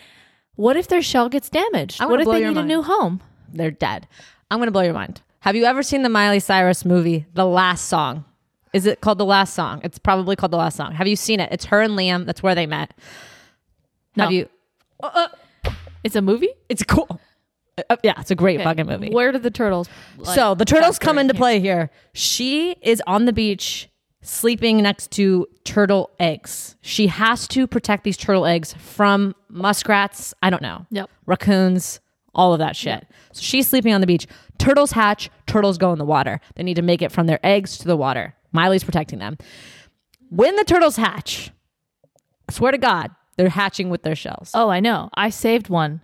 [SPEAKER 1] What if their shell gets damaged?
[SPEAKER 2] I'm
[SPEAKER 1] What
[SPEAKER 2] gonna
[SPEAKER 1] if
[SPEAKER 2] blow
[SPEAKER 1] they
[SPEAKER 2] your
[SPEAKER 1] need
[SPEAKER 2] mind.
[SPEAKER 1] a new home?
[SPEAKER 2] They're dead. I'm going to blow your mind. Have you ever seen the Miley Cyrus movie, The Last Song? Is it called The Last Song? It's probably called The Last Song. Have you seen it? It's her and Liam. That's where they met. Have
[SPEAKER 1] No.
[SPEAKER 2] you? Uh,
[SPEAKER 1] It's a movie.
[SPEAKER 2] It's cool. Uh, yeah, it's a great fucking movie.
[SPEAKER 1] Where did the turtles? like,
[SPEAKER 2] so the turtles come
[SPEAKER 1] factor in
[SPEAKER 2] into
[SPEAKER 1] here?
[SPEAKER 2] play here. She is on the beach sleeping next to turtle eggs. She has to protect these turtle eggs from muskrats. I don't know.
[SPEAKER 1] Yep.
[SPEAKER 2] Raccoons, all of that shit. So she's sleeping on the beach. Turtles hatch, turtles go in the water. They need to make it from their eggs to the water. Miley's protecting them. When the turtles hatch, I swear to God, they're hatching with their shells.
[SPEAKER 1] Oh, I know. I saved one.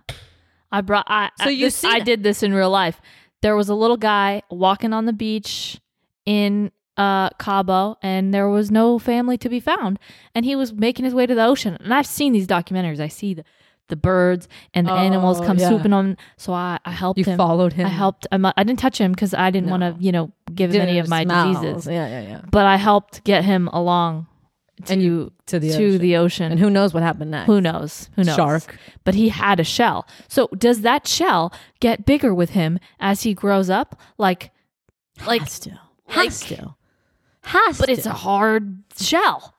[SPEAKER 1] I brought. I, so
[SPEAKER 2] you
[SPEAKER 1] this,
[SPEAKER 2] seen
[SPEAKER 1] I
[SPEAKER 2] it.
[SPEAKER 1] did this in real life. There was a little guy walking on the beach in uh, Cabo, and there was no family to be found. And he was making his way to the ocean. And I've seen these documentaries. I see the the birds and the animals
[SPEAKER 2] Oh,
[SPEAKER 1] come
[SPEAKER 2] yeah.
[SPEAKER 1] swooping on. So I, I helped
[SPEAKER 2] You
[SPEAKER 1] him.
[SPEAKER 2] followed him.
[SPEAKER 1] I helped. I'm, I didn't touch him because I didn't want to, you know, give him any of my
[SPEAKER 2] Smells.
[SPEAKER 1] diseases.
[SPEAKER 2] Yeah, yeah, yeah.
[SPEAKER 1] But I helped get him along to
[SPEAKER 2] And
[SPEAKER 1] to
[SPEAKER 2] the
[SPEAKER 1] to
[SPEAKER 2] ocean.
[SPEAKER 1] the ocean.
[SPEAKER 2] And who knows what happened next?
[SPEAKER 1] Who knows? Who knows?
[SPEAKER 2] Shark.
[SPEAKER 1] But he had a shell. So does that shell get bigger with him as he grows up? Like, like,
[SPEAKER 2] Has to. Has
[SPEAKER 1] Like-
[SPEAKER 2] to. Has
[SPEAKER 1] but
[SPEAKER 2] to.
[SPEAKER 1] it's a hard shell.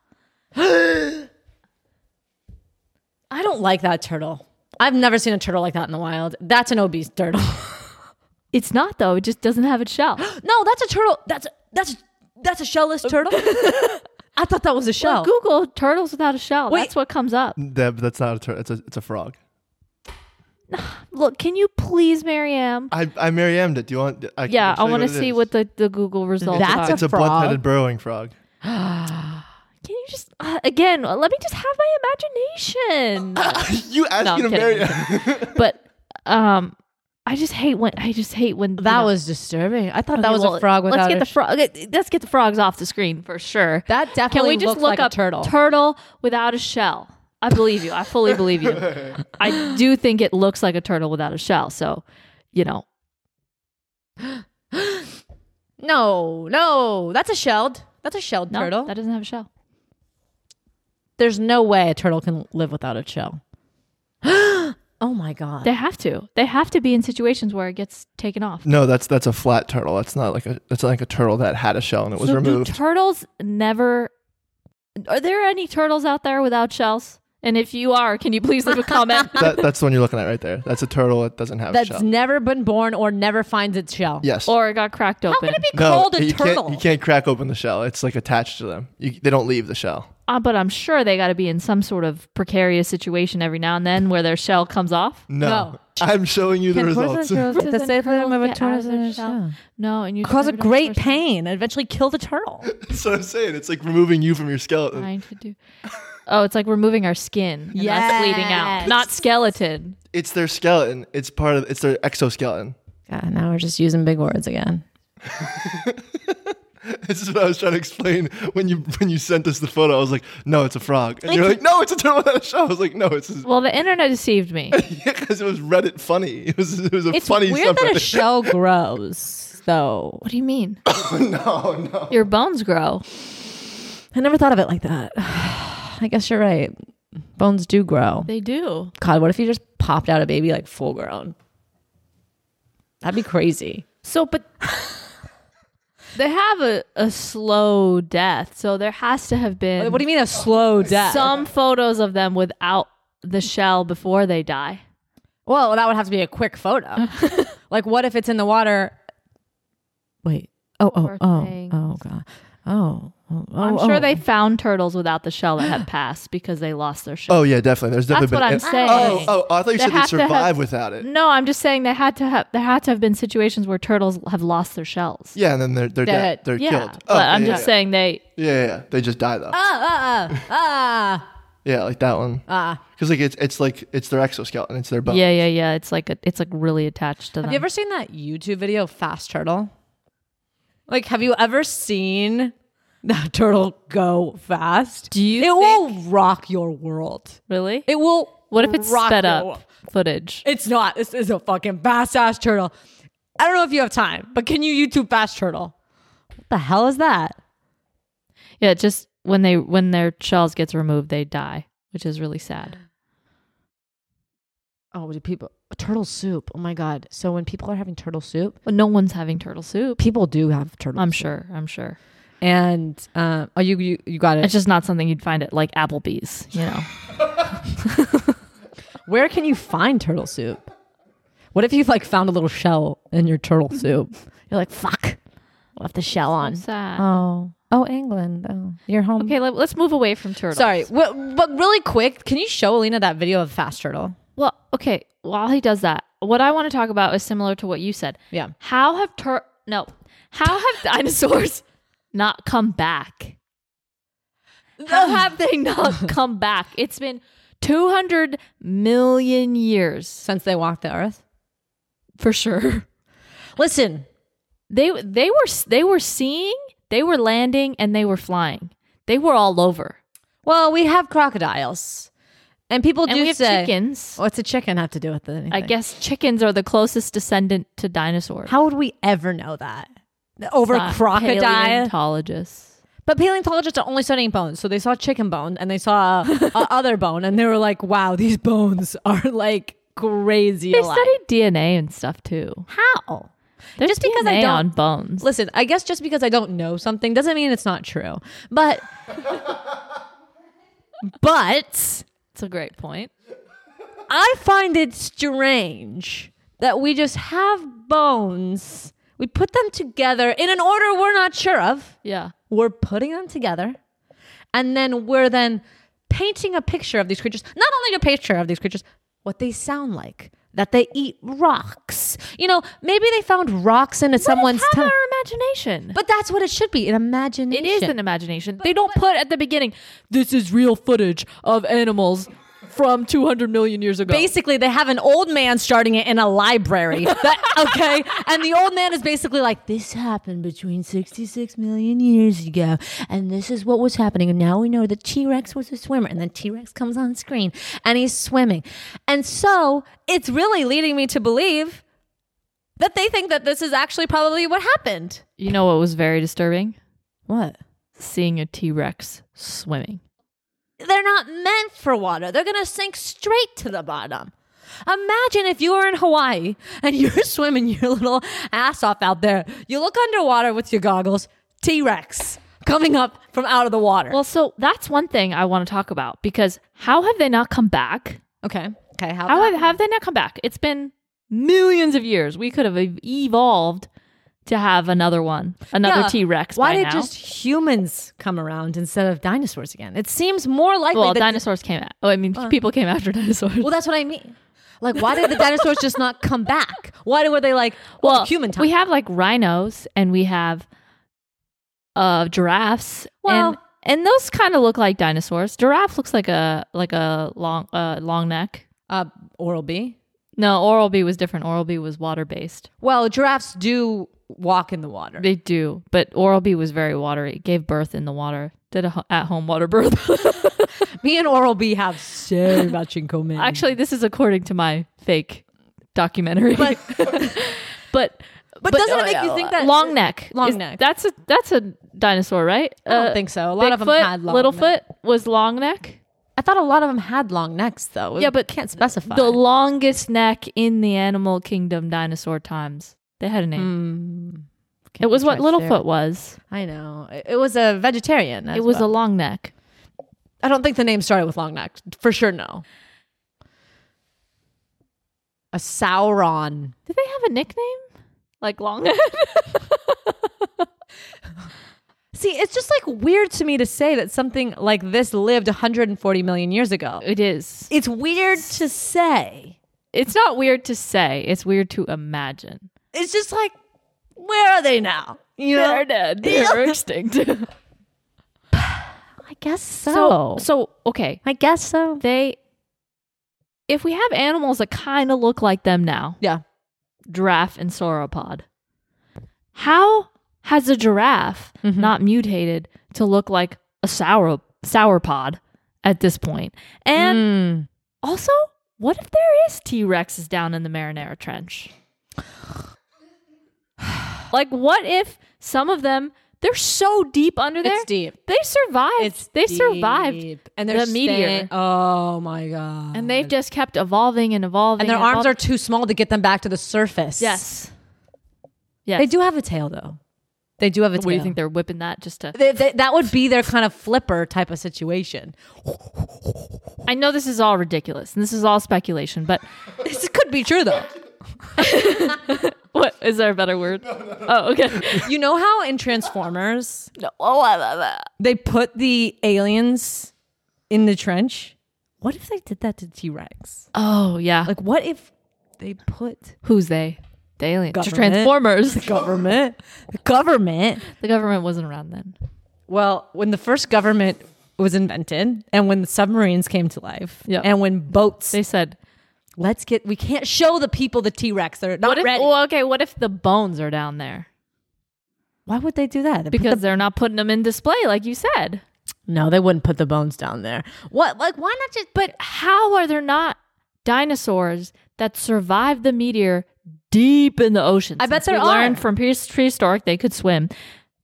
[SPEAKER 2] I don't like that turtle. I've never seen a turtle like that in the wild. That's an obese turtle.
[SPEAKER 1] It's not though. It just doesn't have its shell.
[SPEAKER 2] no, that's a turtle. That's a, that's a, that's a shellless turtle. I thought that was a shell.
[SPEAKER 1] Google turtles without a shell.
[SPEAKER 2] Wait.
[SPEAKER 1] That's what comes up.
[SPEAKER 3] Deb, that's not a turtle. It's a, it's a frog.
[SPEAKER 1] Look, can you please, Mariam?
[SPEAKER 3] I, I Mary M'd it. Do you want? I, can
[SPEAKER 1] Yeah,
[SPEAKER 3] show
[SPEAKER 1] I
[SPEAKER 3] you
[SPEAKER 1] want to
[SPEAKER 3] it
[SPEAKER 1] see
[SPEAKER 3] is.
[SPEAKER 1] what the, the Google results
[SPEAKER 2] That's
[SPEAKER 1] are.
[SPEAKER 3] It's
[SPEAKER 2] a
[SPEAKER 3] a blunt-headed
[SPEAKER 2] frog.
[SPEAKER 3] burrowing frog.
[SPEAKER 1] can you just uh, again? Let me just have my imagination.
[SPEAKER 3] you asking
[SPEAKER 1] I'm
[SPEAKER 3] to marry?
[SPEAKER 1] but um, I just hate when I just hate when you
[SPEAKER 6] That
[SPEAKER 1] know,
[SPEAKER 6] was disturbing. I thought that
[SPEAKER 1] Okay,
[SPEAKER 6] was
[SPEAKER 1] well,
[SPEAKER 6] a frog without
[SPEAKER 1] Let's get
[SPEAKER 6] a
[SPEAKER 1] the frog. okay, Let's get the frogs off the screen for sure.
[SPEAKER 6] That
[SPEAKER 1] Can
[SPEAKER 6] definitely
[SPEAKER 1] we just
[SPEAKER 6] looks
[SPEAKER 1] look
[SPEAKER 6] like
[SPEAKER 1] up
[SPEAKER 6] a turtle.
[SPEAKER 1] Turtle without a shell. I believe you. I fully believe you. I do think it looks like a turtle without a shell. So, you know,
[SPEAKER 2] no, no, that's a shelled. That's a shelled
[SPEAKER 1] no,
[SPEAKER 2] turtle.
[SPEAKER 1] that doesn't have a shell.
[SPEAKER 2] There's no way a turtle can live without a shell. oh my god.
[SPEAKER 1] They have to. They have to be in situations where it gets taken off.
[SPEAKER 3] no, that's that's a flat turtle. That's not like a. That's not like a turtle that had a shell and it was
[SPEAKER 1] so
[SPEAKER 3] removed.
[SPEAKER 1] do turtles never? Are there any turtles out there without shells? And if you are, can you please leave a comment?
[SPEAKER 3] that, that's the one you're looking at right there. That's a turtle that doesn't have
[SPEAKER 2] that's
[SPEAKER 3] a shell.
[SPEAKER 2] never been born or never finds its shell.
[SPEAKER 3] yes.
[SPEAKER 1] or it got cracked open.
[SPEAKER 2] How can it be
[SPEAKER 3] no,
[SPEAKER 2] called a
[SPEAKER 3] you
[SPEAKER 2] turtle?
[SPEAKER 3] Can't, you can't crack open the shell. It's like attached to them. You, they don't leave the shell.
[SPEAKER 1] Uh, but I'm sure they got to be in some sort of precarious situation every now and then where their shell comes off.
[SPEAKER 3] No.
[SPEAKER 2] No.
[SPEAKER 3] I'm showing you the results.
[SPEAKER 1] Doesn't turtles
[SPEAKER 2] of a
[SPEAKER 1] get out of
[SPEAKER 2] tortoise in
[SPEAKER 1] their
[SPEAKER 2] a
[SPEAKER 1] shell?
[SPEAKER 2] shell.
[SPEAKER 1] No, and you
[SPEAKER 2] Cause a
[SPEAKER 1] never know
[SPEAKER 2] great
[SPEAKER 1] what we're
[SPEAKER 2] pain and eventually kill the turtle.
[SPEAKER 3] That's what I'm saying. It's like removing you from your skeleton.
[SPEAKER 1] Trying to do. Oh, it's like removing our skin. And that's bleeding out, not skeleton.
[SPEAKER 3] It's their skeleton. It's part of. It's their exoskeleton.
[SPEAKER 2] God, now we're just using big words again.
[SPEAKER 3] This is what I was trying to explain when you when you sent us the photo. I was like, no, it's a frog, and you're like, no, it's a turtle without a shell. I was like, no, it's
[SPEAKER 1] Well, the internet deceived me.
[SPEAKER 3] because it was Reddit funny. It was it was a
[SPEAKER 2] It's
[SPEAKER 3] funny
[SPEAKER 2] weird that a
[SPEAKER 3] subreddit.
[SPEAKER 2] shell grows, though.
[SPEAKER 1] What do you mean? no, no. Your bones grow.
[SPEAKER 2] I never thought of it like that. I guess you're right. Bones do grow.
[SPEAKER 1] They do.
[SPEAKER 2] God, what if you just popped out a baby like full grown? That'd be crazy.
[SPEAKER 1] So, but they have a, a slow death. So there has to have been
[SPEAKER 2] What do you mean a slow death?
[SPEAKER 1] some photos of them without the shell before they die.
[SPEAKER 2] well, that would have to be a quick photo. like, what if it's in the water? Wait. Oh, oh, oh,
[SPEAKER 1] Birthday.
[SPEAKER 2] oh, God. Oh, oh, oh.
[SPEAKER 1] I'm sure
[SPEAKER 2] oh.
[SPEAKER 1] they found turtles without the shell that had passed because they lost their shell.
[SPEAKER 3] Oh yeah, definitely. There's
[SPEAKER 1] That's what
[SPEAKER 3] definitely
[SPEAKER 1] I'm
[SPEAKER 3] been.
[SPEAKER 1] saying.
[SPEAKER 3] Oh, oh, I thought you
[SPEAKER 1] They
[SPEAKER 3] said they
[SPEAKER 1] have to
[SPEAKER 3] survive
[SPEAKER 1] have-
[SPEAKER 3] without it.
[SPEAKER 1] No, I'm just saying there had to have there had to have been situations where turtles have lost their shells.
[SPEAKER 3] Yeah, and then they're they're
[SPEAKER 2] Dead.
[SPEAKER 3] dead. They're
[SPEAKER 1] yeah,
[SPEAKER 3] killed.
[SPEAKER 1] but
[SPEAKER 3] yeah,
[SPEAKER 1] I'm
[SPEAKER 3] yeah,
[SPEAKER 1] just saying they.
[SPEAKER 3] Yeah, yeah, yeah. they just die
[SPEAKER 1] Oh.
[SPEAKER 3] though.
[SPEAKER 2] Ah, ah, ah, ah.
[SPEAKER 3] yeah, like that one. Ah, because like it's it's like it's their exoskeleton. It's their bone.
[SPEAKER 1] Yeah, yeah, yeah. It's like a, it's like really attached to them.
[SPEAKER 2] Have you ever seen that YouTube video, Fast Turtle? Like, have you ever seen that turtle go fast? Do
[SPEAKER 1] you
[SPEAKER 2] It will rock your world.
[SPEAKER 1] really?
[SPEAKER 2] It will.
[SPEAKER 1] what if it's
[SPEAKER 2] rock
[SPEAKER 1] sped
[SPEAKER 2] your
[SPEAKER 1] up
[SPEAKER 2] world.
[SPEAKER 1] footage?
[SPEAKER 2] It's not. This is a fucking fast ass turtle. I don't know if you have time, but can you YouTube fast turtle? What the hell is that?
[SPEAKER 1] Yeah, just when they when their shells gets removed, they die, which is really sad.
[SPEAKER 2] Oh, do people turtle soup? Oh my god! So when people are having turtle soup,
[SPEAKER 1] But no one's having turtle soup.
[SPEAKER 2] people do have turtle.
[SPEAKER 1] I'm
[SPEAKER 2] soup.
[SPEAKER 1] sure. I'm sure.
[SPEAKER 2] And uh, oh, you you you got
[SPEAKER 1] It's
[SPEAKER 2] it.
[SPEAKER 1] just not something you'd find at like Applebee's, you know.
[SPEAKER 2] Where can you find turtle soup? What if you like found a little shell in your turtle soup? You're like, fuck, left the shell on.
[SPEAKER 1] sad.
[SPEAKER 3] Um,
[SPEAKER 2] Oh, oh, England. Oh, your home.
[SPEAKER 1] Okay, let, us move away from turtles.
[SPEAKER 2] Sorry, wh- but really quick, can you show Alina that video of fast turtle?
[SPEAKER 1] Well, okay. While he does that, what I want to talk about is similar to what you said.
[SPEAKER 2] Yeah.
[SPEAKER 1] How have tur no? How have dinosaurs not come back? How have they not come back? It's been two hundred million years
[SPEAKER 2] Since they walked the earth,
[SPEAKER 1] for sure.
[SPEAKER 2] listen.
[SPEAKER 1] They they were they were seeing, they were landing, and they were flying. They were all over.
[SPEAKER 2] Well, we have crocodiles, and people
[SPEAKER 1] And
[SPEAKER 2] do
[SPEAKER 1] we have
[SPEAKER 2] say,
[SPEAKER 1] chickens.
[SPEAKER 2] "What's a chicken have to do with it?"
[SPEAKER 1] I guess chickens are the closest descendant to dinosaurs.
[SPEAKER 2] How would we ever know that over
[SPEAKER 1] Uh,
[SPEAKER 2] crocodile?
[SPEAKER 1] paleontologists.
[SPEAKER 2] But paleontologists are only studying bones, so they saw chicken bone and they saw a other bone, and they were like, "Wow, these bones are like crazy."
[SPEAKER 1] They
[SPEAKER 2] alive."
[SPEAKER 1] studied DNA and stuff too.
[SPEAKER 2] how?
[SPEAKER 1] There's
[SPEAKER 2] Just because I
[SPEAKER 1] DNA
[SPEAKER 2] don't-
[SPEAKER 1] on bones.
[SPEAKER 2] Listen, I guess just because I don't know something doesn't mean it's not true. But but
[SPEAKER 1] That's a great point.
[SPEAKER 2] I find it strange that we just have bones. We put them together in an order we're not sure of.
[SPEAKER 1] Yeah.
[SPEAKER 2] We're putting them together. And then we're then painting a picture of these creatures. Not only a picture of these creatures, what they sound like. That they eat rocks. You know, maybe they found rocks in someone's
[SPEAKER 1] Have
[SPEAKER 2] tongue.
[SPEAKER 1] our imagination.
[SPEAKER 2] But that's what it should be, an imagination.
[SPEAKER 1] it is an imagination. they don't put at the beginning, this is real footage of animals from 200 million years ago.
[SPEAKER 2] basically they have an old man starting it in a library that, okay and the old man is basically like this happened between 66 million years ago and this is what was happening and now we know that t-rex was a swimmer and then t-rex comes on screen and he's swimming and so it's really leading me to believe that they think that this is actually probably what happened
[SPEAKER 1] you know what was very disturbing?
[SPEAKER 2] what
[SPEAKER 1] Seeing a T Rex swimming.
[SPEAKER 2] they're not meant for water. They're going to sink straight to the bottom. Imagine if you were in Hawaii and you're swimming your little ass off out there. You look underwater with your goggles, T Rex coming up from out of the water.
[SPEAKER 1] Well, so that's one thing I want to talk about because how have they not come back?
[SPEAKER 2] okay. Okay.
[SPEAKER 1] How have, have they not come back? It's been millions of years. We could have ev- evolved to have another one, another T Rex.
[SPEAKER 2] Why
[SPEAKER 1] by
[SPEAKER 2] did
[SPEAKER 1] now.
[SPEAKER 2] just humans come around instead of dinosaurs again? It seems more likely
[SPEAKER 1] Well,
[SPEAKER 2] that. Uh.
[SPEAKER 1] dinosaurs came out. Oh, I mean, people came after dinosaurs.
[SPEAKER 2] well, that's what I mean. Like, why did the dinosaurs just not come back? Why were they like, well,
[SPEAKER 1] well,
[SPEAKER 2] human time?
[SPEAKER 1] We have like rhinos and we have uh giraffes.
[SPEAKER 2] Well-
[SPEAKER 1] and, and those kind of look like dinosaurs. Giraffe looks like a like a long uh long neck.
[SPEAKER 2] uh, Oral B.
[SPEAKER 1] No, Oral B was different. Oral B was water based.
[SPEAKER 2] Well, giraffes do walk in the water.
[SPEAKER 1] They do, but Oral B was very watery. It gave birth in the water. Did a at home water birth.
[SPEAKER 2] Me and Oral B have so much in common.
[SPEAKER 1] Actually, this is according to my fake documentary. But but,
[SPEAKER 2] But doesn't it
[SPEAKER 1] Oh,
[SPEAKER 2] make you think that-
[SPEAKER 1] long neck?
[SPEAKER 2] Long
[SPEAKER 1] is-
[SPEAKER 2] neck.
[SPEAKER 1] That's a that's a dinosaur, right?
[SPEAKER 2] I don't think so. A lot of them
[SPEAKER 1] uh, Bigfoot,
[SPEAKER 2] had long
[SPEAKER 1] Littlefoot
[SPEAKER 2] neck.
[SPEAKER 1] was long neck.
[SPEAKER 2] I thought a lot of them had long necks, though.
[SPEAKER 1] Yeah, but
[SPEAKER 2] can't specify.
[SPEAKER 1] The longest neck in the animal kingdom, dinosaur times. They had a name. it
[SPEAKER 2] Can't
[SPEAKER 1] was what
[SPEAKER 2] be judged
[SPEAKER 1] Littlefoot
[SPEAKER 2] there.
[SPEAKER 1] was.
[SPEAKER 2] I know. It, it was a vegetarian.
[SPEAKER 1] It was a long neck.
[SPEAKER 2] A, I don't think the name started with long neck. For sure, no. A Sauron.
[SPEAKER 1] Did they have a nickname? Like long.
[SPEAKER 2] See, it's just like weird to me to say that something like this lived 140 million years ago.
[SPEAKER 1] it is.
[SPEAKER 2] It's weird to say.
[SPEAKER 1] It's not weird to say. It's weird to imagine.
[SPEAKER 2] It's just like, where are they now? You know?
[SPEAKER 1] They're dead. They're extinct.
[SPEAKER 2] I guess so.
[SPEAKER 1] So, so okay,
[SPEAKER 2] I guess so.
[SPEAKER 1] they. If we have animals that kind of look like them now,
[SPEAKER 2] Yeah.
[SPEAKER 1] giraffe and sauropod, how has a giraffe
[SPEAKER 2] Mm-hmm.
[SPEAKER 1] not mutated to look like a sour sauropod at this point? And
[SPEAKER 2] Mm.
[SPEAKER 1] also, what if there is T Rexes down in the Marinara Trench? like, what if some of them? They're so deep under there.
[SPEAKER 2] It's deep.
[SPEAKER 1] They survived. they survived.
[SPEAKER 2] deep. and they're
[SPEAKER 1] the meteor.
[SPEAKER 2] staying- oh my god!
[SPEAKER 1] And they've just kept evolving and evolving.
[SPEAKER 2] and their arms
[SPEAKER 1] evol-
[SPEAKER 2] are too small to get them back to the surface.
[SPEAKER 1] yes, yes.
[SPEAKER 2] they do have a tail though. They do have a tail.
[SPEAKER 1] What do you think they're whipping that just to?
[SPEAKER 2] They- they- that would be their kind of flipper type of situation.
[SPEAKER 1] I know this is all ridiculous and this is all speculation, but
[SPEAKER 2] This could be true though.
[SPEAKER 1] what is there a better word? Oh, okay.
[SPEAKER 2] You know how in Transformers they put the aliens in the trench? What if they did that to T Rex?
[SPEAKER 1] Oh yeah.
[SPEAKER 2] Like, what if they put
[SPEAKER 1] who's they? The aliens.
[SPEAKER 2] Government.
[SPEAKER 1] Transformers.
[SPEAKER 2] government, the government,
[SPEAKER 1] the government wasn't around then.
[SPEAKER 2] Well, when the first government was invented and when the submarines came to life
[SPEAKER 1] Yeah.
[SPEAKER 2] and when boats
[SPEAKER 1] They said,
[SPEAKER 2] let's get we can't show the people the T-Rex they're not
[SPEAKER 1] "What if?
[SPEAKER 2] ready.
[SPEAKER 1] Well, okay. What if the bones are down there?
[SPEAKER 2] Why would they do that? They put
[SPEAKER 1] Because
[SPEAKER 2] the-
[SPEAKER 1] they're not putting them in display, like you said."
[SPEAKER 2] no, they wouldn't put the bones down there. What like why not just
[SPEAKER 1] But how are there not dinosaurs that survived the meteor deep in the ocean?
[SPEAKER 2] I bet
[SPEAKER 1] Since we
[SPEAKER 2] there
[SPEAKER 1] learned
[SPEAKER 2] are.
[SPEAKER 1] from pre- prehistoric they could swim.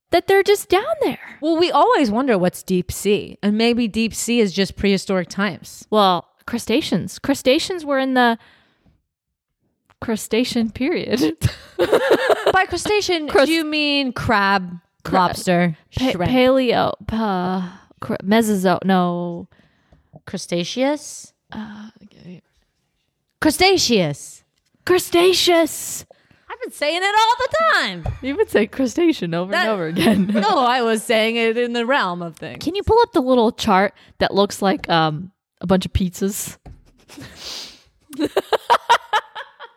[SPEAKER 1] That they're just down there.
[SPEAKER 2] Well, we always wonder what's deep sea and maybe deep sea is just prehistoric times.
[SPEAKER 1] Well, crustaceans. Crustaceans were in the crustacean period.
[SPEAKER 2] By crustacean,
[SPEAKER 1] Crust-
[SPEAKER 2] do you mean crab, lobster,
[SPEAKER 1] Pa-
[SPEAKER 2] shrimp,
[SPEAKER 1] paleo, uh, cr- Mesozo No,
[SPEAKER 2] crustaceous? Uh, Crustaceous.
[SPEAKER 1] crustaceous.
[SPEAKER 2] I've been saying it all the time.
[SPEAKER 1] You would say crustacean over
[SPEAKER 2] That-
[SPEAKER 1] and over again.
[SPEAKER 2] no, I was saying it in the realm of things.
[SPEAKER 1] Can you pull up the little chart that looks like um, a bunch of pizzas?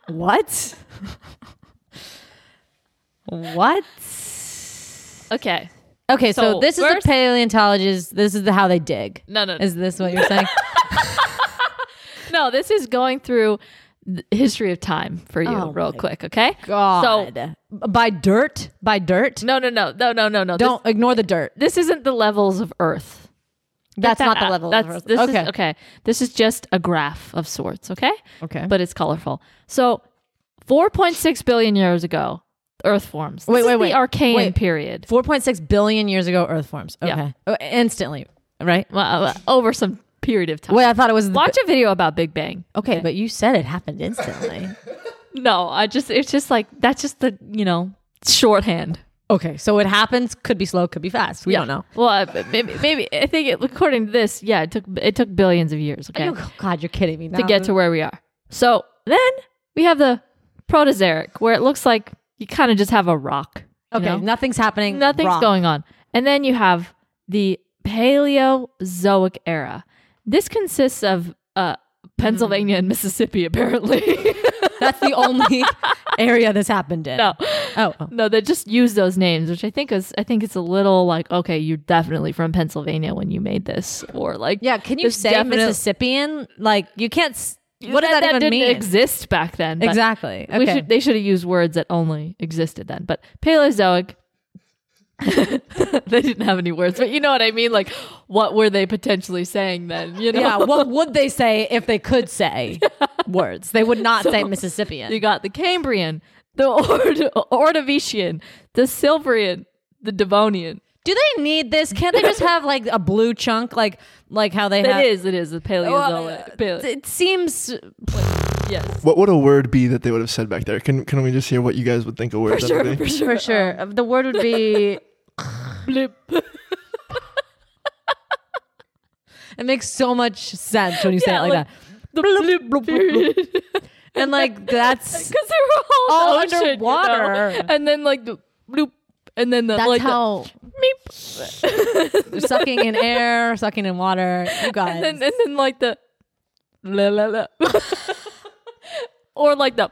[SPEAKER 2] What? what?
[SPEAKER 1] Okay.
[SPEAKER 2] Okay, so,
[SPEAKER 1] So,
[SPEAKER 2] this is
[SPEAKER 1] first-
[SPEAKER 2] the paleontologist. This is the how they dig.
[SPEAKER 1] No, no, no.
[SPEAKER 2] Is this what you're saying?
[SPEAKER 1] No, this is going through the history of time for you
[SPEAKER 2] Oh
[SPEAKER 1] real
[SPEAKER 2] my
[SPEAKER 1] quick, okay?
[SPEAKER 2] God.
[SPEAKER 1] So Mm,
[SPEAKER 2] by dirt, by dirt.
[SPEAKER 1] no, no, no, no, no, no, no.
[SPEAKER 2] Don't ignore the dirt.
[SPEAKER 1] This, this isn't the levels of Earth.
[SPEAKER 2] That's
[SPEAKER 1] That-
[SPEAKER 2] not the level.
[SPEAKER 1] That's
[SPEAKER 2] of Earth.
[SPEAKER 1] this
[SPEAKER 2] okay.
[SPEAKER 1] Is, okay. This is just a graph of sorts, okay?
[SPEAKER 2] Okay.
[SPEAKER 1] But it's colorful. So, 4.6 billion years ago, Earth forms. This
[SPEAKER 2] Wait,
[SPEAKER 1] is
[SPEAKER 2] wait, wait.
[SPEAKER 1] The Archean
[SPEAKER 2] Wait.
[SPEAKER 1] period.
[SPEAKER 2] 4.6 billion years ago, Earth forms. Okay.
[SPEAKER 1] Yeah.
[SPEAKER 2] Oh, instantly, right?
[SPEAKER 1] Well, uh, over some period of time.
[SPEAKER 2] Wait, I thought it was. The,
[SPEAKER 1] Watch a video about Big Bang.
[SPEAKER 2] okay, but you said it happened instantly.
[SPEAKER 1] No, I just it's just like that's just the you know shorthand.
[SPEAKER 2] okay, so it happens. Could be slow. Could be fast. We
[SPEAKER 1] Yeah.
[SPEAKER 2] don't know.
[SPEAKER 1] Well, uh, maybe, maybe I think it, according to this, yeah, it took it took billions of years, okay,
[SPEAKER 2] Oh, God, you're kidding me.
[SPEAKER 1] to get to where we are. So then we have the Protozoic, where it looks like you kind of just have a rock. you
[SPEAKER 2] Okay,
[SPEAKER 1] know?
[SPEAKER 2] nothing's happening.
[SPEAKER 1] nothing's
[SPEAKER 2] Wrong.
[SPEAKER 1] going on, and then you have the Paleozoic era. This consists of uh, Pennsylvania and Mississippi, apparently.
[SPEAKER 2] That's the only area this happened in.
[SPEAKER 1] no,
[SPEAKER 2] Oh, oh.
[SPEAKER 1] no, they just use those names, which I think is, I think it's a little like, okay, you're definitely from Pennsylvania when you made this, or like,
[SPEAKER 2] yeah. Can you
[SPEAKER 1] there's
[SPEAKER 2] say
[SPEAKER 1] definite-
[SPEAKER 2] Mississippian? Like you can't. s- What does
[SPEAKER 1] that,
[SPEAKER 2] that, even
[SPEAKER 1] didn't
[SPEAKER 2] mean?
[SPEAKER 1] exist back then. but-
[SPEAKER 2] exactly.
[SPEAKER 1] We
[SPEAKER 2] Okay.
[SPEAKER 1] should, they should have used words that only existed then. But Paleozoic, they didn't have any words. But you know what I mean? Like, what were they potentially saying then? You know,
[SPEAKER 2] yeah. What would they say if they could say words? They would not say Mississippian.
[SPEAKER 1] you got the Cambrian, the Ord- Ordovician, the Silurian, the Devonian.
[SPEAKER 2] Do they need this? Can't they just have like a blue chunk, like like how they have?
[SPEAKER 1] It is, it is the Paleozoic. Pale-
[SPEAKER 2] It seems
[SPEAKER 1] yes.
[SPEAKER 3] What would a word be that they would have said back there? Can Can we just hear what you guys would think a word?
[SPEAKER 1] For
[SPEAKER 3] that
[SPEAKER 1] sure,
[SPEAKER 3] would be?
[SPEAKER 1] for sure.
[SPEAKER 2] for sure. The word would be.
[SPEAKER 1] Blip.
[SPEAKER 2] It makes so much sense when you say
[SPEAKER 1] Yeah,
[SPEAKER 2] it like,
[SPEAKER 1] like-
[SPEAKER 2] that.
[SPEAKER 1] The blip period.
[SPEAKER 2] And like that's
[SPEAKER 1] Because they were all,
[SPEAKER 2] All
[SPEAKER 1] in the ocean, you know?
[SPEAKER 2] underwater.
[SPEAKER 1] And then, like, the bloop. And then the,
[SPEAKER 2] that's
[SPEAKER 1] like, the-
[SPEAKER 2] how
[SPEAKER 1] meep.
[SPEAKER 2] sucking in air, sucking in water. You guys.
[SPEAKER 1] and then and then like the la la la or like the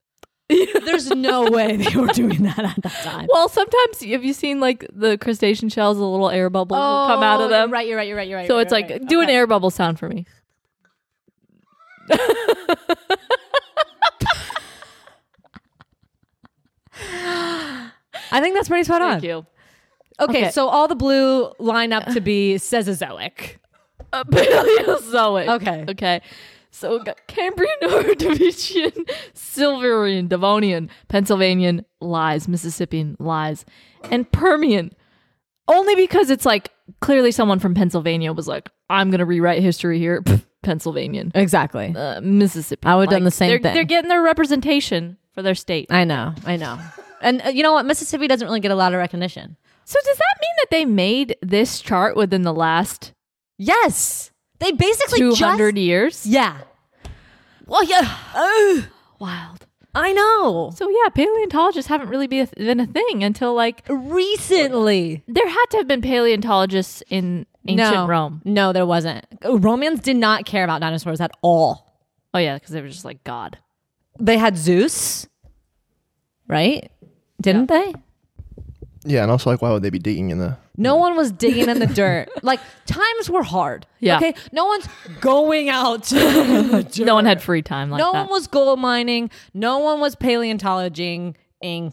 [SPEAKER 2] There's no way they were doing that at that time.
[SPEAKER 1] well sometimes have you seen like the crustacean shells the little air bubbles will come out of them
[SPEAKER 2] Oh, Right, you're right, you're right, you're right.
[SPEAKER 1] so it's like do an air bubble sound for me
[SPEAKER 2] I think that's pretty spot on.
[SPEAKER 1] thank you
[SPEAKER 2] Okay,
[SPEAKER 1] Okay.
[SPEAKER 2] so all the blue line up to be Cenozoic.
[SPEAKER 1] uh, paleozoic
[SPEAKER 2] Okay.
[SPEAKER 1] okay so we got Cambrian, Ordovician, Silurian, Devonian, Pennsylvanian, lies, Mississippian, lies, and Permian. only because it's like clearly someone from Pennsylvania was like, I'm gonna rewrite history here, Pennsylvanian,
[SPEAKER 2] Exactly.
[SPEAKER 1] uh, Mississippi.
[SPEAKER 2] I would've
[SPEAKER 1] Like,
[SPEAKER 2] done the same
[SPEAKER 1] they're,
[SPEAKER 2] thing.
[SPEAKER 1] They're getting their representation for their state.
[SPEAKER 2] I know, I know. And uh, you know what? Mississippi doesn't really get a lot of recognition.
[SPEAKER 1] So does that mean that they made this chart within the last
[SPEAKER 2] Yes, they basically
[SPEAKER 1] 200 years?
[SPEAKER 2] yeah. Well, yeah. Ugh,
[SPEAKER 1] Wild.
[SPEAKER 2] I know.
[SPEAKER 1] So yeah, paleontologists haven't really be a th- been a thing until like
[SPEAKER 2] Recently,
[SPEAKER 1] there had to have been paleontologists in ancient
[SPEAKER 2] no
[SPEAKER 1] Rome.
[SPEAKER 2] No, there wasn't. Romans did not care about dinosaurs at all.
[SPEAKER 1] Oh yeah, because they were just like God.
[SPEAKER 2] They had Zeus, right? Didn't they?
[SPEAKER 3] Yeah, and also like, why would they be digging in the?
[SPEAKER 2] No one was digging in the dirt. Like times were hard.
[SPEAKER 1] Yeah.
[SPEAKER 2] Okay. No one's going out. in the dirt.
[SPEAKER 1] No one had free time like
[SPEAKER 2] No
[SPEAKER 1] that.
[SPEAKER 2] one was gold mining. No one was paleontologizing. Do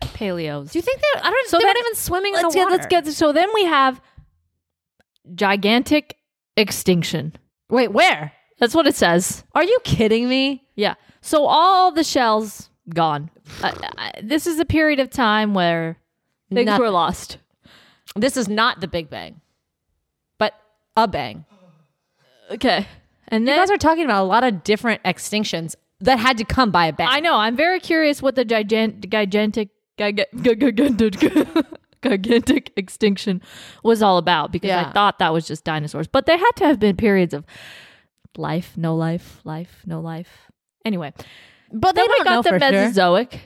[SPEAKER 1] Paleos.
[SPEAKER 2] you think they? I don't.
[SPEAKER 1] So
[SPEAKER 2] So they're
[SPEAKER 1] then-
[SPEAKER 2] not even swimming in the
[SPEAKER 1] let's get
[SPEAKER 2] water.
[SPEAKER 1] let's get so then we have gigantic extinction
[SPEAKER 2] Wait, where?
[SPEAKER 1] that's what it says
[SPEAKER 2] Are you kidding me?
[SPEAKER 1] yeah so all the shells gone I, I, this is a period of time where things
[SPEAKER 2] Nothing.
[SPEAKER 1] were lost
[SPEAKER 2] This is not the Big Bang, but a bang.
[SPEAKER 1] okay and
[SPEAKER 2] You
[SPEAKER 1] then
[SPEAKER 2] guys are talking about a lot of different extinctions that had to come by a bang.
[SPEAKER 1] i know i'm very curious what the gigantic gigantic giga- gigantic gigantic extinction was all about because i
[SPEAKER 2] Yeah.
[SPEAKER 1] thought that was just dinosaurs but there had to have been periods of life no life life no life anyway
[SPEAKER 2] but
[SPEAKER 1] then we got the Mesozoic.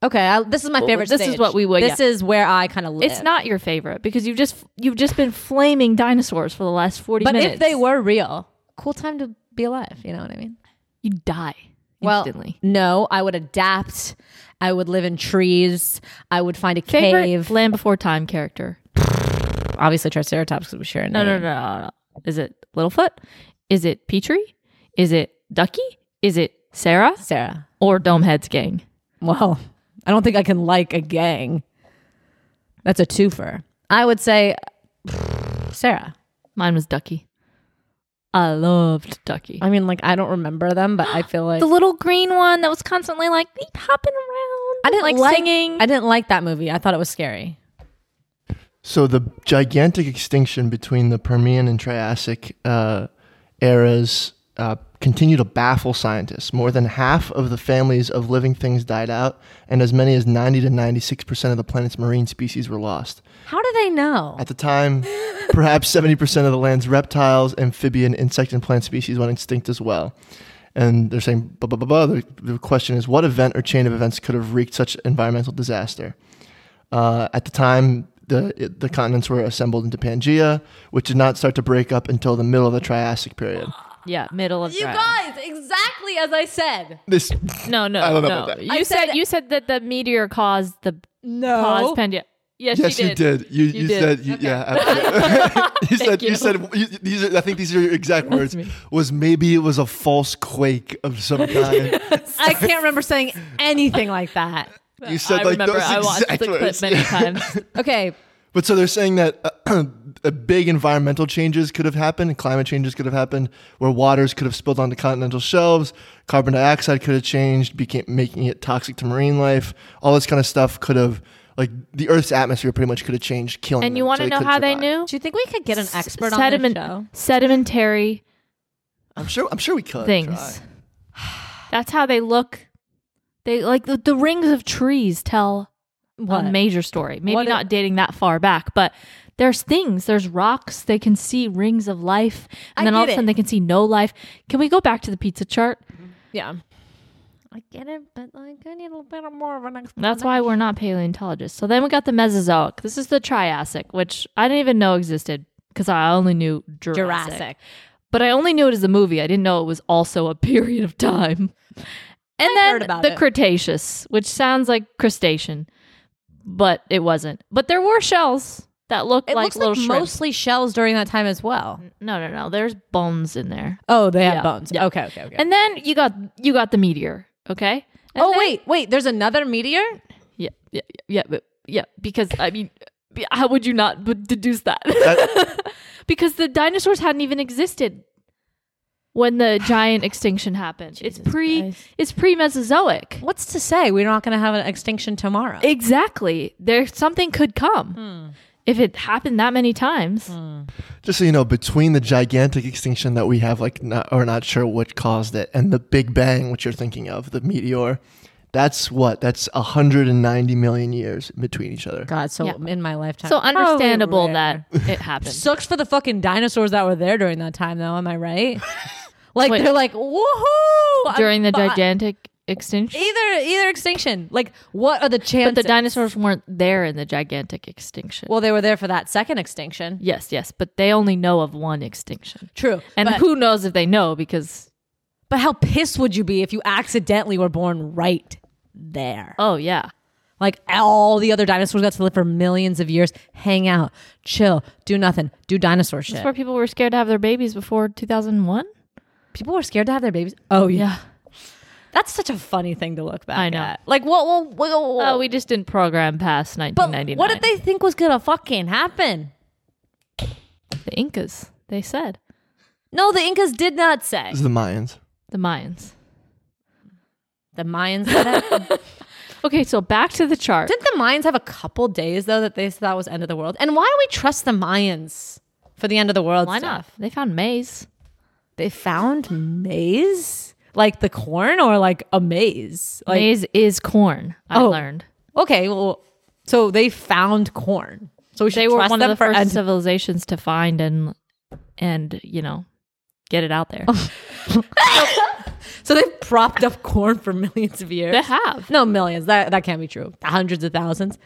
[SPEAKER 2] Okay, I, this is my favorite.
[SPEAKER 1] this is
[SPEAKER 2] stage.
[SPEAKER 1] what we would-
[SPEAKER 2] This is where I kind of live.
[SPEAKER 1] It's not your favorite because you've just you've just been flaming dinosaurs for the last forty
[SPEAKER 2] But
[SPEAKER 1] minutes.
[SPEAKER 2] if they were real, cool time to be alive. You know what I mean?
[SPEAKER 1] you die
[SPEAKER 2] Well,
[SPEAKER 1] instantly.
[SPEAKER 2] no, I would adapt. I would live in trees. I would find a
[SPEAKER 1] Favorite
[SPEAKER 2] cave.
[SPEAKER 1] Land Before Time character?
[SPEAKER 2] Obviously, Triceratops would be sure.
[SPEAKER 1] No, no, no, no, no. Is it Littlefoot? Is it Petrie? Is it Ducky? Is it Sarah
[SPEAKER 2] Sarah.
[SPEAKER 1] or Domehead's gang?
[SPEAKER 2] Well, I don't think I can like a gang. That's a twofer. I would say Sarah.
[SPEAKER 1] Mine was Ducky. I loved Ducky.
[SPEAKER 2] I mean, like I don't remember them, but I feel like
[SPEAKER 1] the little green one that was constantly like hopping around.
[SPEAKER 2] I didn't
[SPEAKER 1] like,
[SPEAKER 2] like,
[SPEAKER 1] singing.
[SPEAKER 2] I didn't like that movie. I thought it was scary.
[SPEAKER 3] So the gigantic extinction between the Permian and Triassic uh, eras uh, continue to baffle scientists. More than half of the families of living things died out, and as many as 90 to 96 percent of the planet's marine species were lost.
[SPEAKER 2] How do they know?
[SPEAKER 3] At the time, perhaps 70 percent of the land's reptiles, amphibian, insect, and plant species went extinct as well. And they're saying, blah, blah, blah, blah. The, the question is, what event or chain of events could have wreaked such environmental disaster? Uh, at the time, the it- the continents were assembled into Pangea, which did not start to break up until the middle of the Triassic period.
[SPEAKER 1] Yeah, middle of
[SPEAKER 6] You
[SPEAKER 1] dry ice.
[SPEAKER 6] guys, exactly as I said.
[SPEAKER 3] This
[SPEAKER 1] No, no,
[SPEAKER 3] I don't know
[SPEAKER 1] no.
[SPEAKER 3] about that.
[SPEAKER 1] You
[SPEAKER 6] I
[SPEAKER 1] said,
[SPEAKER 6] said-
[SPEAKER 1] you said that the meteor caused the
[SPEAKER 2] Oh.
[SPEAKER 6] No.
[SPEAKER 1] caused Pendia. Yes,
[SPEAKER 3] yes,
[SPEAKER 1] she
[SPEAKER 3] you
[SPEAKER 1] did.
[SPEAKER 3] did. You you,
[SPEAKER 1] did.
[SPEAKER 3] said you, yeah. absolutely. you said you,
[SPEAKER 1] you.
[SPEAKER 3] said you, these. Are, I think these are your exact words. Was maybe it was a false quake of some kind.
[SPEAKER 6] I can't remember saying anything like that.
[SPEAKER 3] you
[SPEAKER 1] I
[SPEAKER 3] said like
[SPEAKER 1] remember.
[SPEAKER 3] those
[SPEAKER 1] I watched the
[SPEAKER 3] exact
[SPEAKER 1] clip
[SPEAKER 3] words.
[SPEAKER 1] many times.
[SPEAKER 6] Okay.
[SPEAKER 3] But so they're saying that uh, a big environmental changes could have happened, climate changes could have happened, where waters could have spilled onto continental shelves, carbon dioxide could have changed, became making it toxic to marine life. All this kind of stuff could have, like the Earth's atmosphere, pretty much could have changed, killing.
[SPEAKER 1] and you
[SPEAKER 3] want to
[SPEAKER 1] know how they knew?
[SPEAKER 2] Do you think we could get an expert
[SPEAKER 1] Sediment-
[SPEAKER 2] on this
[SPEAKER 1] Sedimentary
[SPEAKER 3] I'm sure. I'm sure we could. try.
[SPEAKER 1] things. That's how they look. They like the, the rings of trees tell
[SPEAKER 2] What?
[SPEAKER 1] a major story. Maybe
[SPEAKER 2] What i-
[SPEAKER 1] not dating that far back, but there's things. There's rocks. They can see rings of life, and
[SPEAKER 2] I
[SPEAKER 1] then all of
[SPEAKER 2] get
[SPEAKER 1] a sudden
[SPEAKER 2] it.
[SPEAKER 1] they can see no life. Can we go back to the pizza chart?
[SPEAKER 2] show? Yeah. I get it, but like I need a bit more of an explanation.
[SPEAKER 1] That's why we're not paleontologists. So then we got the Mesozoic. This is the Triassic, which I didn't even know existed because I only knew Jurassic.
[SPEAKER 2] Jurassic.
[SPEAKER 1] But I only knew it as a movie. I didn't know it was also a period of time. And then
[SPEAKER 2] heard about
[SPEAKER 1] the
[SPEAKER 2] it.
[SPEAKER 1] Cretaceous, which sounds like crustacean, but it wasn't. But there were shells that looked
[SPEAKER 2] It
[SPEAKER 1] like
[SPEAKER 2] looks
[SPEAKER 1] little
[SPEAKER 2] like
[SPEAKER 1] shrimps.
[SPEAKER 2] mostly shells during that time as well.
[SPEAKER 1] no, no, no. There's bones in there.
[SPEAKER 2] Oh, they have
[SPEAKER 1] Yeah.
[SPEAKER 2] bones.
[SPEAKER 1] Yeah.
[SPEAKER 2] Okay, okay, okay.
[SPEAKER 1] And then you got you got the meteor. Okay. And
[SPEAKER 2] oh
[SPEAKER 1] then-
[SPEAKER 2] wait, wait. There's another meteor.
[SPEAKER 1] Yeah, yeah, yeah, but yeah, because I mean, b- how would you not b- deduce that? because the dinosaurs hadn't even existed when the giant extinction happened. it's pre,
[SPEAKER 2] Christ.
[SPEAKER 1] it's pre Mesozoic.
[SPEAKER 2] What's to say we're not going to have an extinction tomorrow?
[SPEAKER 1] Exactly. There, something could come
[SPEAKER 2] Hmm.
[SPEAKER 1] if it happened that many times.
[SPEAKER 3] Just so you know, between the gigantic extinction that we have, like, not, or not sure what caused it, and the Big Bang, which you're thinking of, the meteor, that's what? That's 190 million years in between each other.
[SPEAKER 2] God, so
[SPEAKER 1] Yeah.
[SPEAKER 2] in my lifetime.
[SPEAKER 1] So
[SPEAKER 2] Probably
[SPEAKER 1] understandable
[SPEAKER 2] rare.
[SPEAKER 1] that it happened.
[SPEAKER 2] sucks for the fucking dinosaurs that were there during that time, though. Am I right? like
[SPEAKER 1] Wait.
[SPEAKER 2] they're like, woohoo!
[SPEAKER 1] during the
[SPEAKER 2] I'm fi-"
[SPEAKER 1] gigantic extinction.
[SPEAKER 2] either either extinction. Like, what are the
[SPEAKER 1] But
[SPEAKER 2] chances?
[SPEAKER 1] the dinosaurs weren't there in the gigantic extinction.
[SPEAKER 2] well, they were there for that second extinction.
[SPEAKER 1] yes, yes, but they only know of one extinction.
[SPEAKER 2] True,
[SPEAKER 1] And
[SPEAKER 2] but,
[SPEAKER 1] who knows if they know because
[SPEAKER 2] but how pissed would you be if you accidentally were born right there?
[SPEAKER 1] oh yeah.
[SPEAKER 2] Like all the other dinosaurs got to live for millions of years, hang out, chill, do nothing, do dinosaur shit.
[SPEAKER 1] That's where people were scared to have their babies before 2001?
[SPEAKER 2] People were scared to have their babies. Oh yeah,
[SPEAKER 1] Yeah.
[SPEAKER 2] that's such a funny thing to look back.
[SPEAKER 1] I know.
[SPEAKER 2] At. Like what? what, what, what-
[SPEAKER 1] Oh, we just didn't program past
[SPEAKER 2] But
[SPEAKER 1] 1999.
[SPEAKER 2] what did they think was gonna fucking happen?
[SPEAKER 1] The Incas, they said.
[SPEAKER 2] No, the Incas did not say.
[SPEAKER 3] This is the Mayans.
[SPEAKER 1] The Mayans.
[SPEAKER 2] The Mayans said it.
[SPEAKER 1] Okay, so back to the chart.
[SPEAKER 2] Didn't the Mayans have a couple days though that they thought was end of the world? And why do we trust the Mayans for the end of the world?
[SPEAKER 1] Why
[SPEAKER 2] stuff?
[SPEAKER 1] not? They found maize.
[SPEAKER 2] They found maize, like the corn, or like a maze. Like
[SPEAKER 1] maize is corn, I
[SPEAKER 2] Oh.
[SPEAKER 1] learned.
[SPEAKER 2] okay, well, so they found corn. So we should
[SPEAKER 1] They were
[SPEAKER 2] trust
[SPEAKER 1] one of
[SPEAKER 2] them
[SPEAKER 1] the
[SPEAKER 2] for
[SPEAKER 1] first
[SPEAKER 2] end-
[SPEAKER 1] civilizations to find and and, you know, get it out there.
[SPEAKER 2] So they've propped up corn for millions of years.
[SPEAKER 1] they have.
[SPEAKER 2] no, millions. That that can't be true. Hundreds of thousands.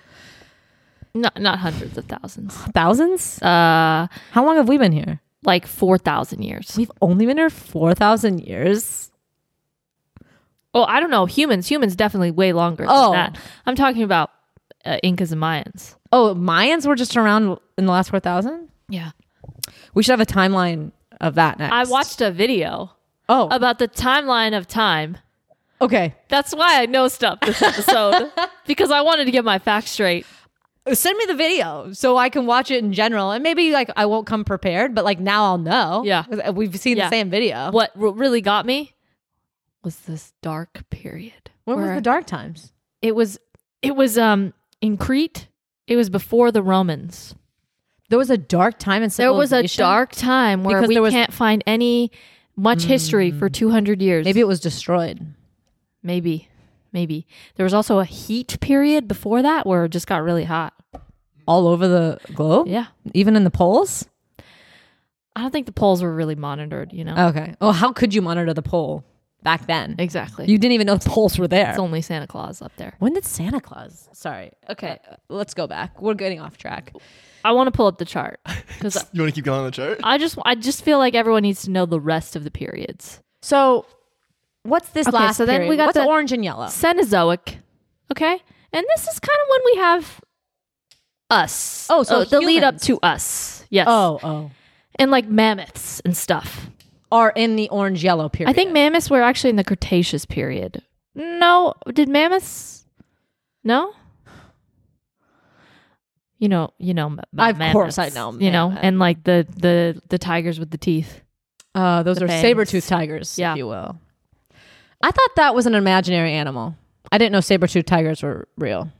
[SPEAKER 1] Not not hundreds of thousands.
[SPEAKER 2] Thousands?
[SPEAKER 1] Uh
[SPEAKER 2] How long have we been here?
[SPEAKER 1] like 4,000 years.
[SPEAKER 2] We've only been here 4,000 years.
[SPEAKER 1] Oh, I don't know. Humans, humans definitely way longer than
[SPEAKER 2] Oh.
[SPEAKER 1] that. I'm talking about uh, Incas and Mayans.
[SPEAKER 2] Oh, Mayans were just around in the last 4,000?
[SPEAKER 1] Yeah.
[SPEAKER 2] We should have a timeline of that next.
[SPEAKER 1] I watched a video
[SPEAKER 2] Oh,
[SPEAKER 1] about the timeline of time.
[SPEAKER 2] okay.
[SPEAKER 1] That's why I know stuff this episode because I wanted to get my facts straight.
[SPEAKER 2] Send me the video so I can watch it in general. And maybe like I won't come prepared, but like now I'll know.
[SPEAKER 1] Yeah.
[SPEAKER 2] 'Cause uh, We've seen
[SPEAKER 1] Yeah.
[SPEAKER 2] the same video.
[SPEAKER 1] What r- really got me was this dark period.
[SPEAKER 2] When was
[SPEAKER 1] where
[SPEAKER 2] the dark times?
[SPEAKER 1] It was it was um in Crete. It was before the Romans.
[SPEAKER 2] There was a dark time in
[SPEAKER 1] There was
[SPEAKER 2] civilization.
[SPEAKER 1] a dark time where
[SPEAKER 2] Because
[SPEAKER 1] we
[SPEAKER 2] there was-
[SPEAKER 1] can't find any much history for 200 years.
[SPEAKER 2] Maybe it was destroyed.
[SPEAKER 1] Maybe. Maybe. There was also a heat period before that where it just got really hot.
[SPEAKER 2] All over the globe?
[SPEAKER 1] Yeah.
[SPEAKER 2] Even in the poles?
[SPEAKER 1] I don't think the polls were really monitored, you know?
[SPEAKER 2] Okay. Oh, how could you monitor the pole back then?
[SPEAKER 1] exactly.
[SPEAKER 2] You didn't even know the poles were there.
[SPEAKER 1] it's only Santa Claus up there.
[SPEAKER 2] Uh, When did Santa Claus? Sorry. Okay, let's go back. We're getting off track.
[SPEAKER 1] I want to pull up the chart because
[SPEAKER 3] You want to keep going on the chart?
[SPEAKER 1] I just I just feel like everyone needs to know the rest of the periods.
[SPEAKER 2] So, what's this
[SPEAKER 1] Okay,
[SPEAKER 2] last?
[SPEAKER 1] so then
[SPEAKER 2] period?
[SPEAKER 1] we got
[SPEAKER 2] what's
[SPEAKER 1] the-
[SPEAKER 2] orange and yellow.
[SPEAKER 1] Cenozoic, okay, and this is kind of when we have us.
[SPEAKER 2] Oh, so
[SPEAKER 1] the lead up
[SPEAKER 2] humans.
[SPEAKER 1] to us, yes.
[SPEAKER 2] Oh, oh,
[SPEAKER 1] and like mammoths and stuff.
[SPEAKER 2] are in the orange yellow period.
[SPEAKER 1] I think mammoths were actually in the Cretaceous period. No, did mammoths? No. You know, you know, m-
[SPEAKER 2] Of
[SPEAKER 1] mammoths,
[SPEAKER 2] course I know
[SPEAKER 1] You know,
[SPEAKER 2] mammoth.
[SPEAKER 1] and like the the the tigers with the teeth.
[SPEAKER 2] uh, those
[SPEAKER 1] the
[SPEAKER 2] are
[SPEAKER 1] fangs.
[SPEAKER 2] saber toothed tigers,
[SPEAKER 1] Yeah.
[SPEAKER 2] if you will. I thought that was an imaginary animal. I didn't know saber toothed tigers were real,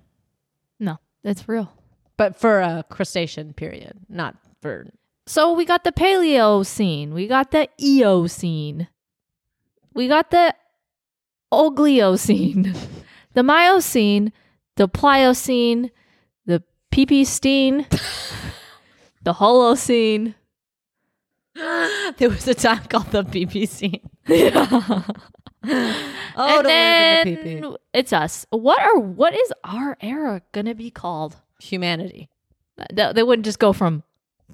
[SPEAKER 1] No, that's real.
[SPEAKER 2] but for a crustacean period, not for.
[SPEAKER 1] So we got the Paleocene, we got the Eocene, we got the Oligocene, the Miocene, the Pliocene, the Pleistocene, the Holocene.
[SPEAKER 2] there was a time called the BBC.
[SPEAKER 1] and
[SPEAKER 2] oh, don't wanna give a
[SPEAKER 1] then
[SPEAKER 2] pee-pee.
[SPEAKER 1] it's us. What are what is our era gonna be called?
[SPEAKER 2] humanity.
[SPEAKER 1] Th- They wouldn't just go from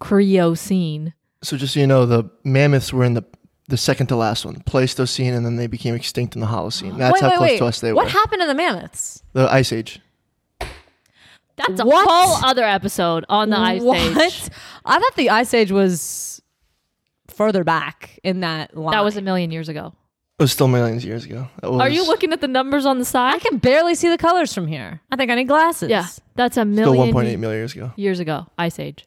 [SPEAKER 1] Creocene.
[SPEAKER 3] So just so you know, the mammoths were in the the second to last one, Pleistocene, and then they became extinct in the Holocene. That's
[SPEAKER 2] Wait, wait,
[SPEAKER 3] how close
[SPEAKER 2] wait.
[SPEAKER 3] to us they
[SPEAKER 2] what
[SPEAKER 3] were.
[SPEAKER 2] happened to the mammoths?
[SPEAKER 3] the Ice Age.
[SPEAKER 1] That's a
[SPEAKER 2] What?
[SPEAKER 1] whole other episode on the ice
[SPEAKER 2] What?
[SPEAKER 1] age.
[SPEAKER 2] I thought the Ice Age was further back in that line.
[SPEAKER 1] That was a million years ago.
[SPEAKER 3] It was still millions of years ago. That was
[SPEAKER 1] Are you looking at the numbers on the
[SPEAKER 2] I
[SPEAKER 1] side?
[SPEAKER 2] can barely see the colors from here. I think I need glasses.
[SPEAKER 1] Yeah, that's a
[SPEAKER 3] still
[SPEAKER 1] million
[SPEAKER 3] 1.8 million years ago?
[SPEAKER 1] years ago. Ice age.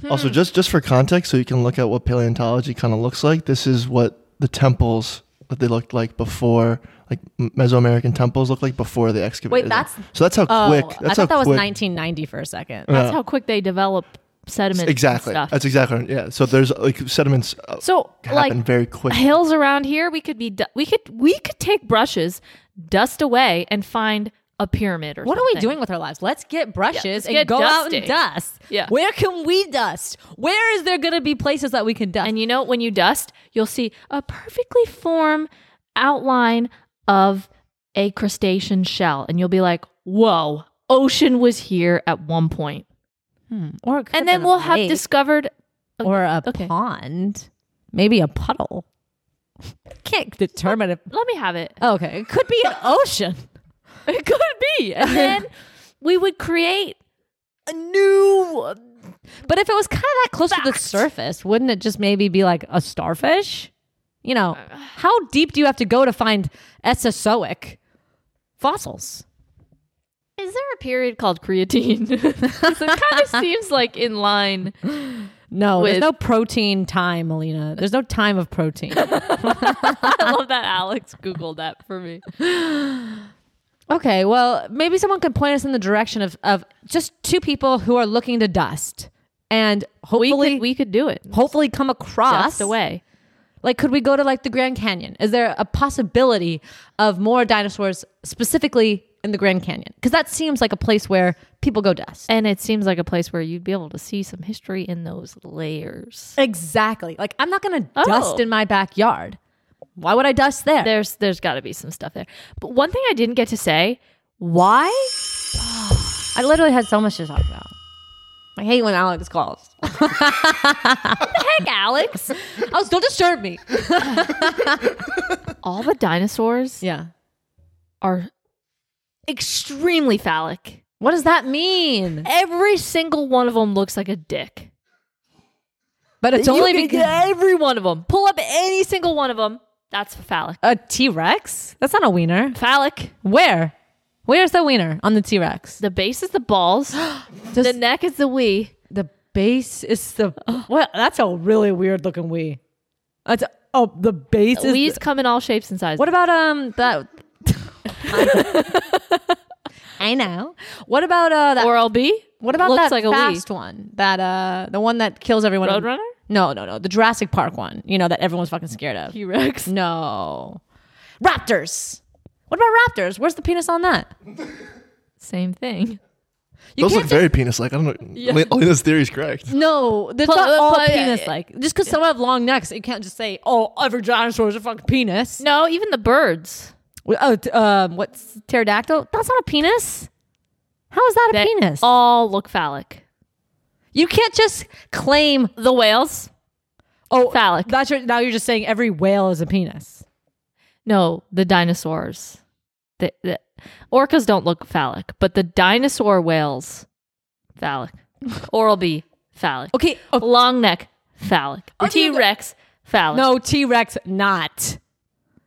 [SPEAKER 2] Hmm.
[SPEAKER 3] Also, just just for context, so you can look at what paleontology kind of looks like. This is what the temples that they looked like before, like M- Mesoamerican temples, looked like before they excavated. them.
[SPEAKER 2] that's-
[SPEAKER 3] so that's how
[SPEAKER 2] Oh,
[SPEAKER 3] quick.
[SPEAKER 2] I
[SPEAKER 3] That's how
[SPEAKER 2] thought that was
[SPEAKER 3] quick.
[SPEAKER 2] 1990 for a second.
[SPEAKER 1] That's how quick they develop sediment. and
[SPEAKER 3] Uh, exactly.
[SPEAKER 1] stuff.
[SPEAKER 3] That's exactly yeah. So there's like sediments uh,
[SPEAKER 1] So
[SPEAKER 3] happen
[SPEAKER 1] like
[SPEAKER 3] very quick.
[SPEAKER 1] hills around here, we could be du- we could we could take brushes, dust away, and find a pyramid or
[SPEAKER 2] What are we
[SPEAKER 1] something.
[SPEAKER 2] doing with our lives? Let's get brushes
[SPEAKER 1] let's
[SPEAKER 2] and
[SPEAKER 1] get
[SPEAKER 2] go out
[SPEAKER 1] dusting.
[SPEAKER 2] and dust.
[SPEAKER 1] Yeah.
[SPEAKER 2] Where can we dust? Where is there going to be places that we can dust?
[SPEAKER 1] And you know, when you dust, you'll see a perfectly formed outline of a crustacean shell, and you'll be like, "Whoa, ocean was here at one point."
[SPEAKER 2] or it could
[SPEAKER 1] And then
[SPEAKER 2] been a
[SPEAKER 1] we'll have
[SPEAKER 2] lake
[SPEAKER 1] discovered
[SPEAKER 2] or a
[SPEAKER 1] okay.
[SPEAKER 2] pond, maybe a puddle. Can't determine if. oh,
[SPEAKER 1] let me have it.
[SPEAKER 2] Okay, it could be an ocean.
[SPEAKER 1] It could be. And then we would create a new
[SPEAKER 2] But if it was kind of that close to the
[SPEAKER 1] Fact.
[SPEAKER 2] surface, wouldn't it just maybe be like a starfish? You know,
[SPEAKER 1] Uh,
[SPEAKER 2] how deep do you have to go to find Esozoic fossils?
[SPEAKER 1] Is there a period called creatine? 'Cause it kind of seems like in line.
[SPEAKER 2] No,
[SPEAKER 1] With-
[SPEAKER 2] there's no protein time, Melina. There's no time of protein.
[SPEAKER 1] I love that Alex Googled that for me.
[SPEAKER 2] okay, well, maybe someone could point us in the direction of, of just two people who are looking to dust and
[SPEAKER 1] We
[SPEAKER 2] hopefully
[SPEAKER 1] could, we could do it.
[SPEAKER 2] hopefully come across
[SPEAKER 1] Dust away.
[SPEAKER 2] Like, could we go to like the Grand Canyon? Is there a possibility of more dinosaurs specifically in the Grand Canyon? Because that seems like a place where people go dust.
[SPEAKER 1] And it seems like a place where you'd be able to see some history in those layers.
[SPEAKER 2] Exactly. Like, I'm not going to
[SPEAKER 1] Oh.
[SPEAKER 2] dust in my backyard. Why would I dust there?
[SPEAKER 1] There's there's got to be some stuff there. But one thing I didn't get to say,
[SPEAKER 2] Why? I literally had so much to talk about. I hate when Alex calls.
[SPEAKER 1] heck, Alex,
[SPEAKER 2] Alex, Oh, don't disturb me.
[SPEAKER 1] all the dinosaurs
[SPEAKER 2] Yeah.
[SPEAKER 1] are extremely phallic.
[SPEAKER 2] What does that mean?
[SPEAKER 1] Every single one of them looks like a dick.
[SPEAKER 2] But it's
[SPEAKER 1] You
[SPEAKER 2] only
[SPEAKER 1] can-
[SPEAKER 2] because
[SPEAKER 1] every one of them. Pull up any single one of them. That's phallic.
[SPEAKER 2] a T Rex? That's not a wiener.
[SPEAKER 1] Phallic.
[SPEAKER 2] Where? Where's the wiener on the T Rex?
[SPEAKER 1] The base is the balls. the neck is the we.
[SPEAKER 2] The base is the what?
[SPEAKER 6] That's a really weird looking we. That's oh the base is
[SPEAKER 1] We's come in all shapes and sizes.
[SPEAKER 2] What about um that? I know. What about uh that?
[SPEAKER 1] Oral B?
[SPEAKER 2] what about
[SPEAKER 1] looks
[SPEAKER 2] that
[SPEAKER 1] like a
[SPEAKER 2] fast one? That uh the one that kills everyone. in-
[SPEAKER 1] Roadrunner?
[SPEAKER 2] No, no, no. The Jurassic Park one. You know that everyone's fucking scared of.
[SPEAKER 1] T Rex.
[SPEAKER 2] No. Raptors. What about raptors? Where's the penis on that?
[SPEAKER 1] Same thing.
[SPEAKER 2] You
[SPEAKER 3] Those look
[SPEAKER 2] can't just-
[SPEAKER 3] very penis-like. I don't know. Le- Lena's theory is correct.
[SPEAKER 2] No, that's
[SPEAKER 1] Pl-
[SPEAKER 2] not all
[SPEAKER 1] pl-
[SPEAKER 2] penis like. uh, Just because some have long necks, you can't just say, "Oh, every dinosaur is a fucking penis."
[SPEAKER 1] No, even the birds.
[SPEAKER 2] Oh, t- um, what's pterodactyl? That's not a penis. How is that a
[SPEAKER 1] They
[SPEAKER 2] penis?
[SPEAKER 1] all look phallic.
[SPEAKER 2] You can't just claim
[SPEAKER 1] The whales?
[SPEAKER 2] oh
[SPEAKER 1] Phallic.
[SPEAKER 6] That's your, now you're just saying every whale is a penis.
[SPEAKER 1] No, the dinosaurs. The, the orcas don't look phallic, but the dinosaur whales, phallic. Oral B, phallic.
[SPEAKER 6] Okay. okay.
[SPEAKER 1] Long neck, phallic. T Rex, phallic.
[SPEAKER 6] No, T Rex, not.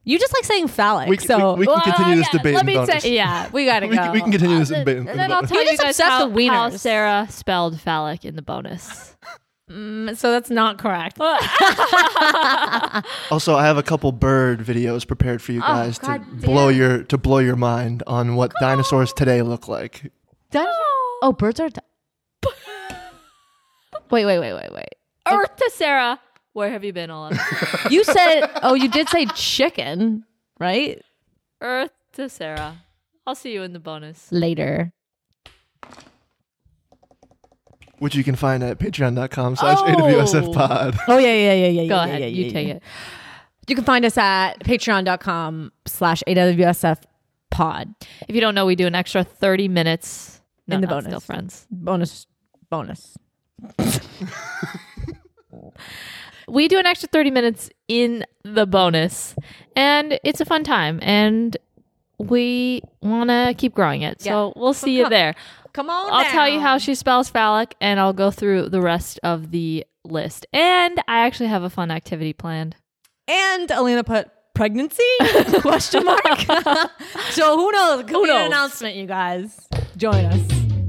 [SPEAKER 6] You just like saying phallic.
[SPEAKER 3] We, c-
[SPEAKER 6] so
[SPEAKER 3] we, we can
[SPEAKER 1] Well,
[SPEAKER 3] continue this
[SPEAKER 1] yeah,
[SPEAKER 3] debate.
[SPEAKER 1] Let
[SPEAKER 3] in
[SPEAKER 1] me
[SPEAKER 3] bonus.
[SPEAKER 1] say, yeah.
[SPEAKER 6] we gotta
[SPEAKER 3] we, can- we can continue this debate. in
[SPEAKER 1] And then I'll
[SPEAKER 3] bonus.
[SPEAKER 1] tell
[SPEAKER 6] You're
[SPEAKER 1] you,
[SPEAKER 6] just
[SPEAKER 1] guys
[SPEAKER 6] obsessed
[SPEAKER 1] how,
[SPEAKER 6] with
[SPEAKER 1] how
[SPEAKER 6] wieners.
[SPEAKER 1] Sarah spelled phallic in the bonus.
[SPEAKER 2] Um,
[SPEAKER 6] so that's not correct.
[SPEAKER 1] Uh,
[SPEAKER 3] Also, I have a couple bird videos prepared
[SPEAKER 1] Oh,
[SPEAKER 3] for you guys to blow your to blow your mind on what dinosaurs today look like.
[SPEAKER 2] oh birds are. di- wait wait wait wait wait.
[SPEAKER 1] Earth to Sarah, where have you been all of
[SPEAKER 2] You said oh you did say chicken right
[SPEAKER 1] Earth to Sarah. I'll see you in the bonus.
[SPEAKER 2] later.
[SPEAKER 3] Which you can find at patreon.com slash AWSF pod.
[SPEAKER 6] oh yeah, yeah, yeah, yeah.
[SPEAKER 1] Go
[SPEAKER 6] yeah,
[SPEAKER 1] ahead,
[SPEAKER 6] yeah,
[SPEAKER 1] you
[SPEAKER 6] yeah,
[SPEAKER 1] take
[SPEAKER 6] yeah.
[SPEAKER 1] it.
[SPEAKER 2] You can find us at patreon.com slash AWSF pod.
[SPEAKER 1] If you don't know, we do an extra thirty minutes no,
[SPEAKER 2] In the
[SPEAKER 1] not
[SPEAKER 2] bonus.
[SPEAKER 1] Still friends.
[SPEAKER 2] Bonus bonus.
[SPEAKER 1] we do an extra 30 minutes in the bonus and it's a fun time and we want to keep growing it so we'll see you there
[SPEAKER 6] Come on.
[SPEAKER 1] i'll tell you
[SPEAKER 6] down.
[SPEAKER 1] how she spells phallic and i'll go through the rest of the list and i actually have a fun activity planned
[SPEAKER 6] And Elena put pregnancy question mark. so who knows? Could
[SPEAKER 1] Who
[SPEAKER 6] be an
[SPEAKER 1] knows?
[SPEAKER 6] announcement, you guys. Join us.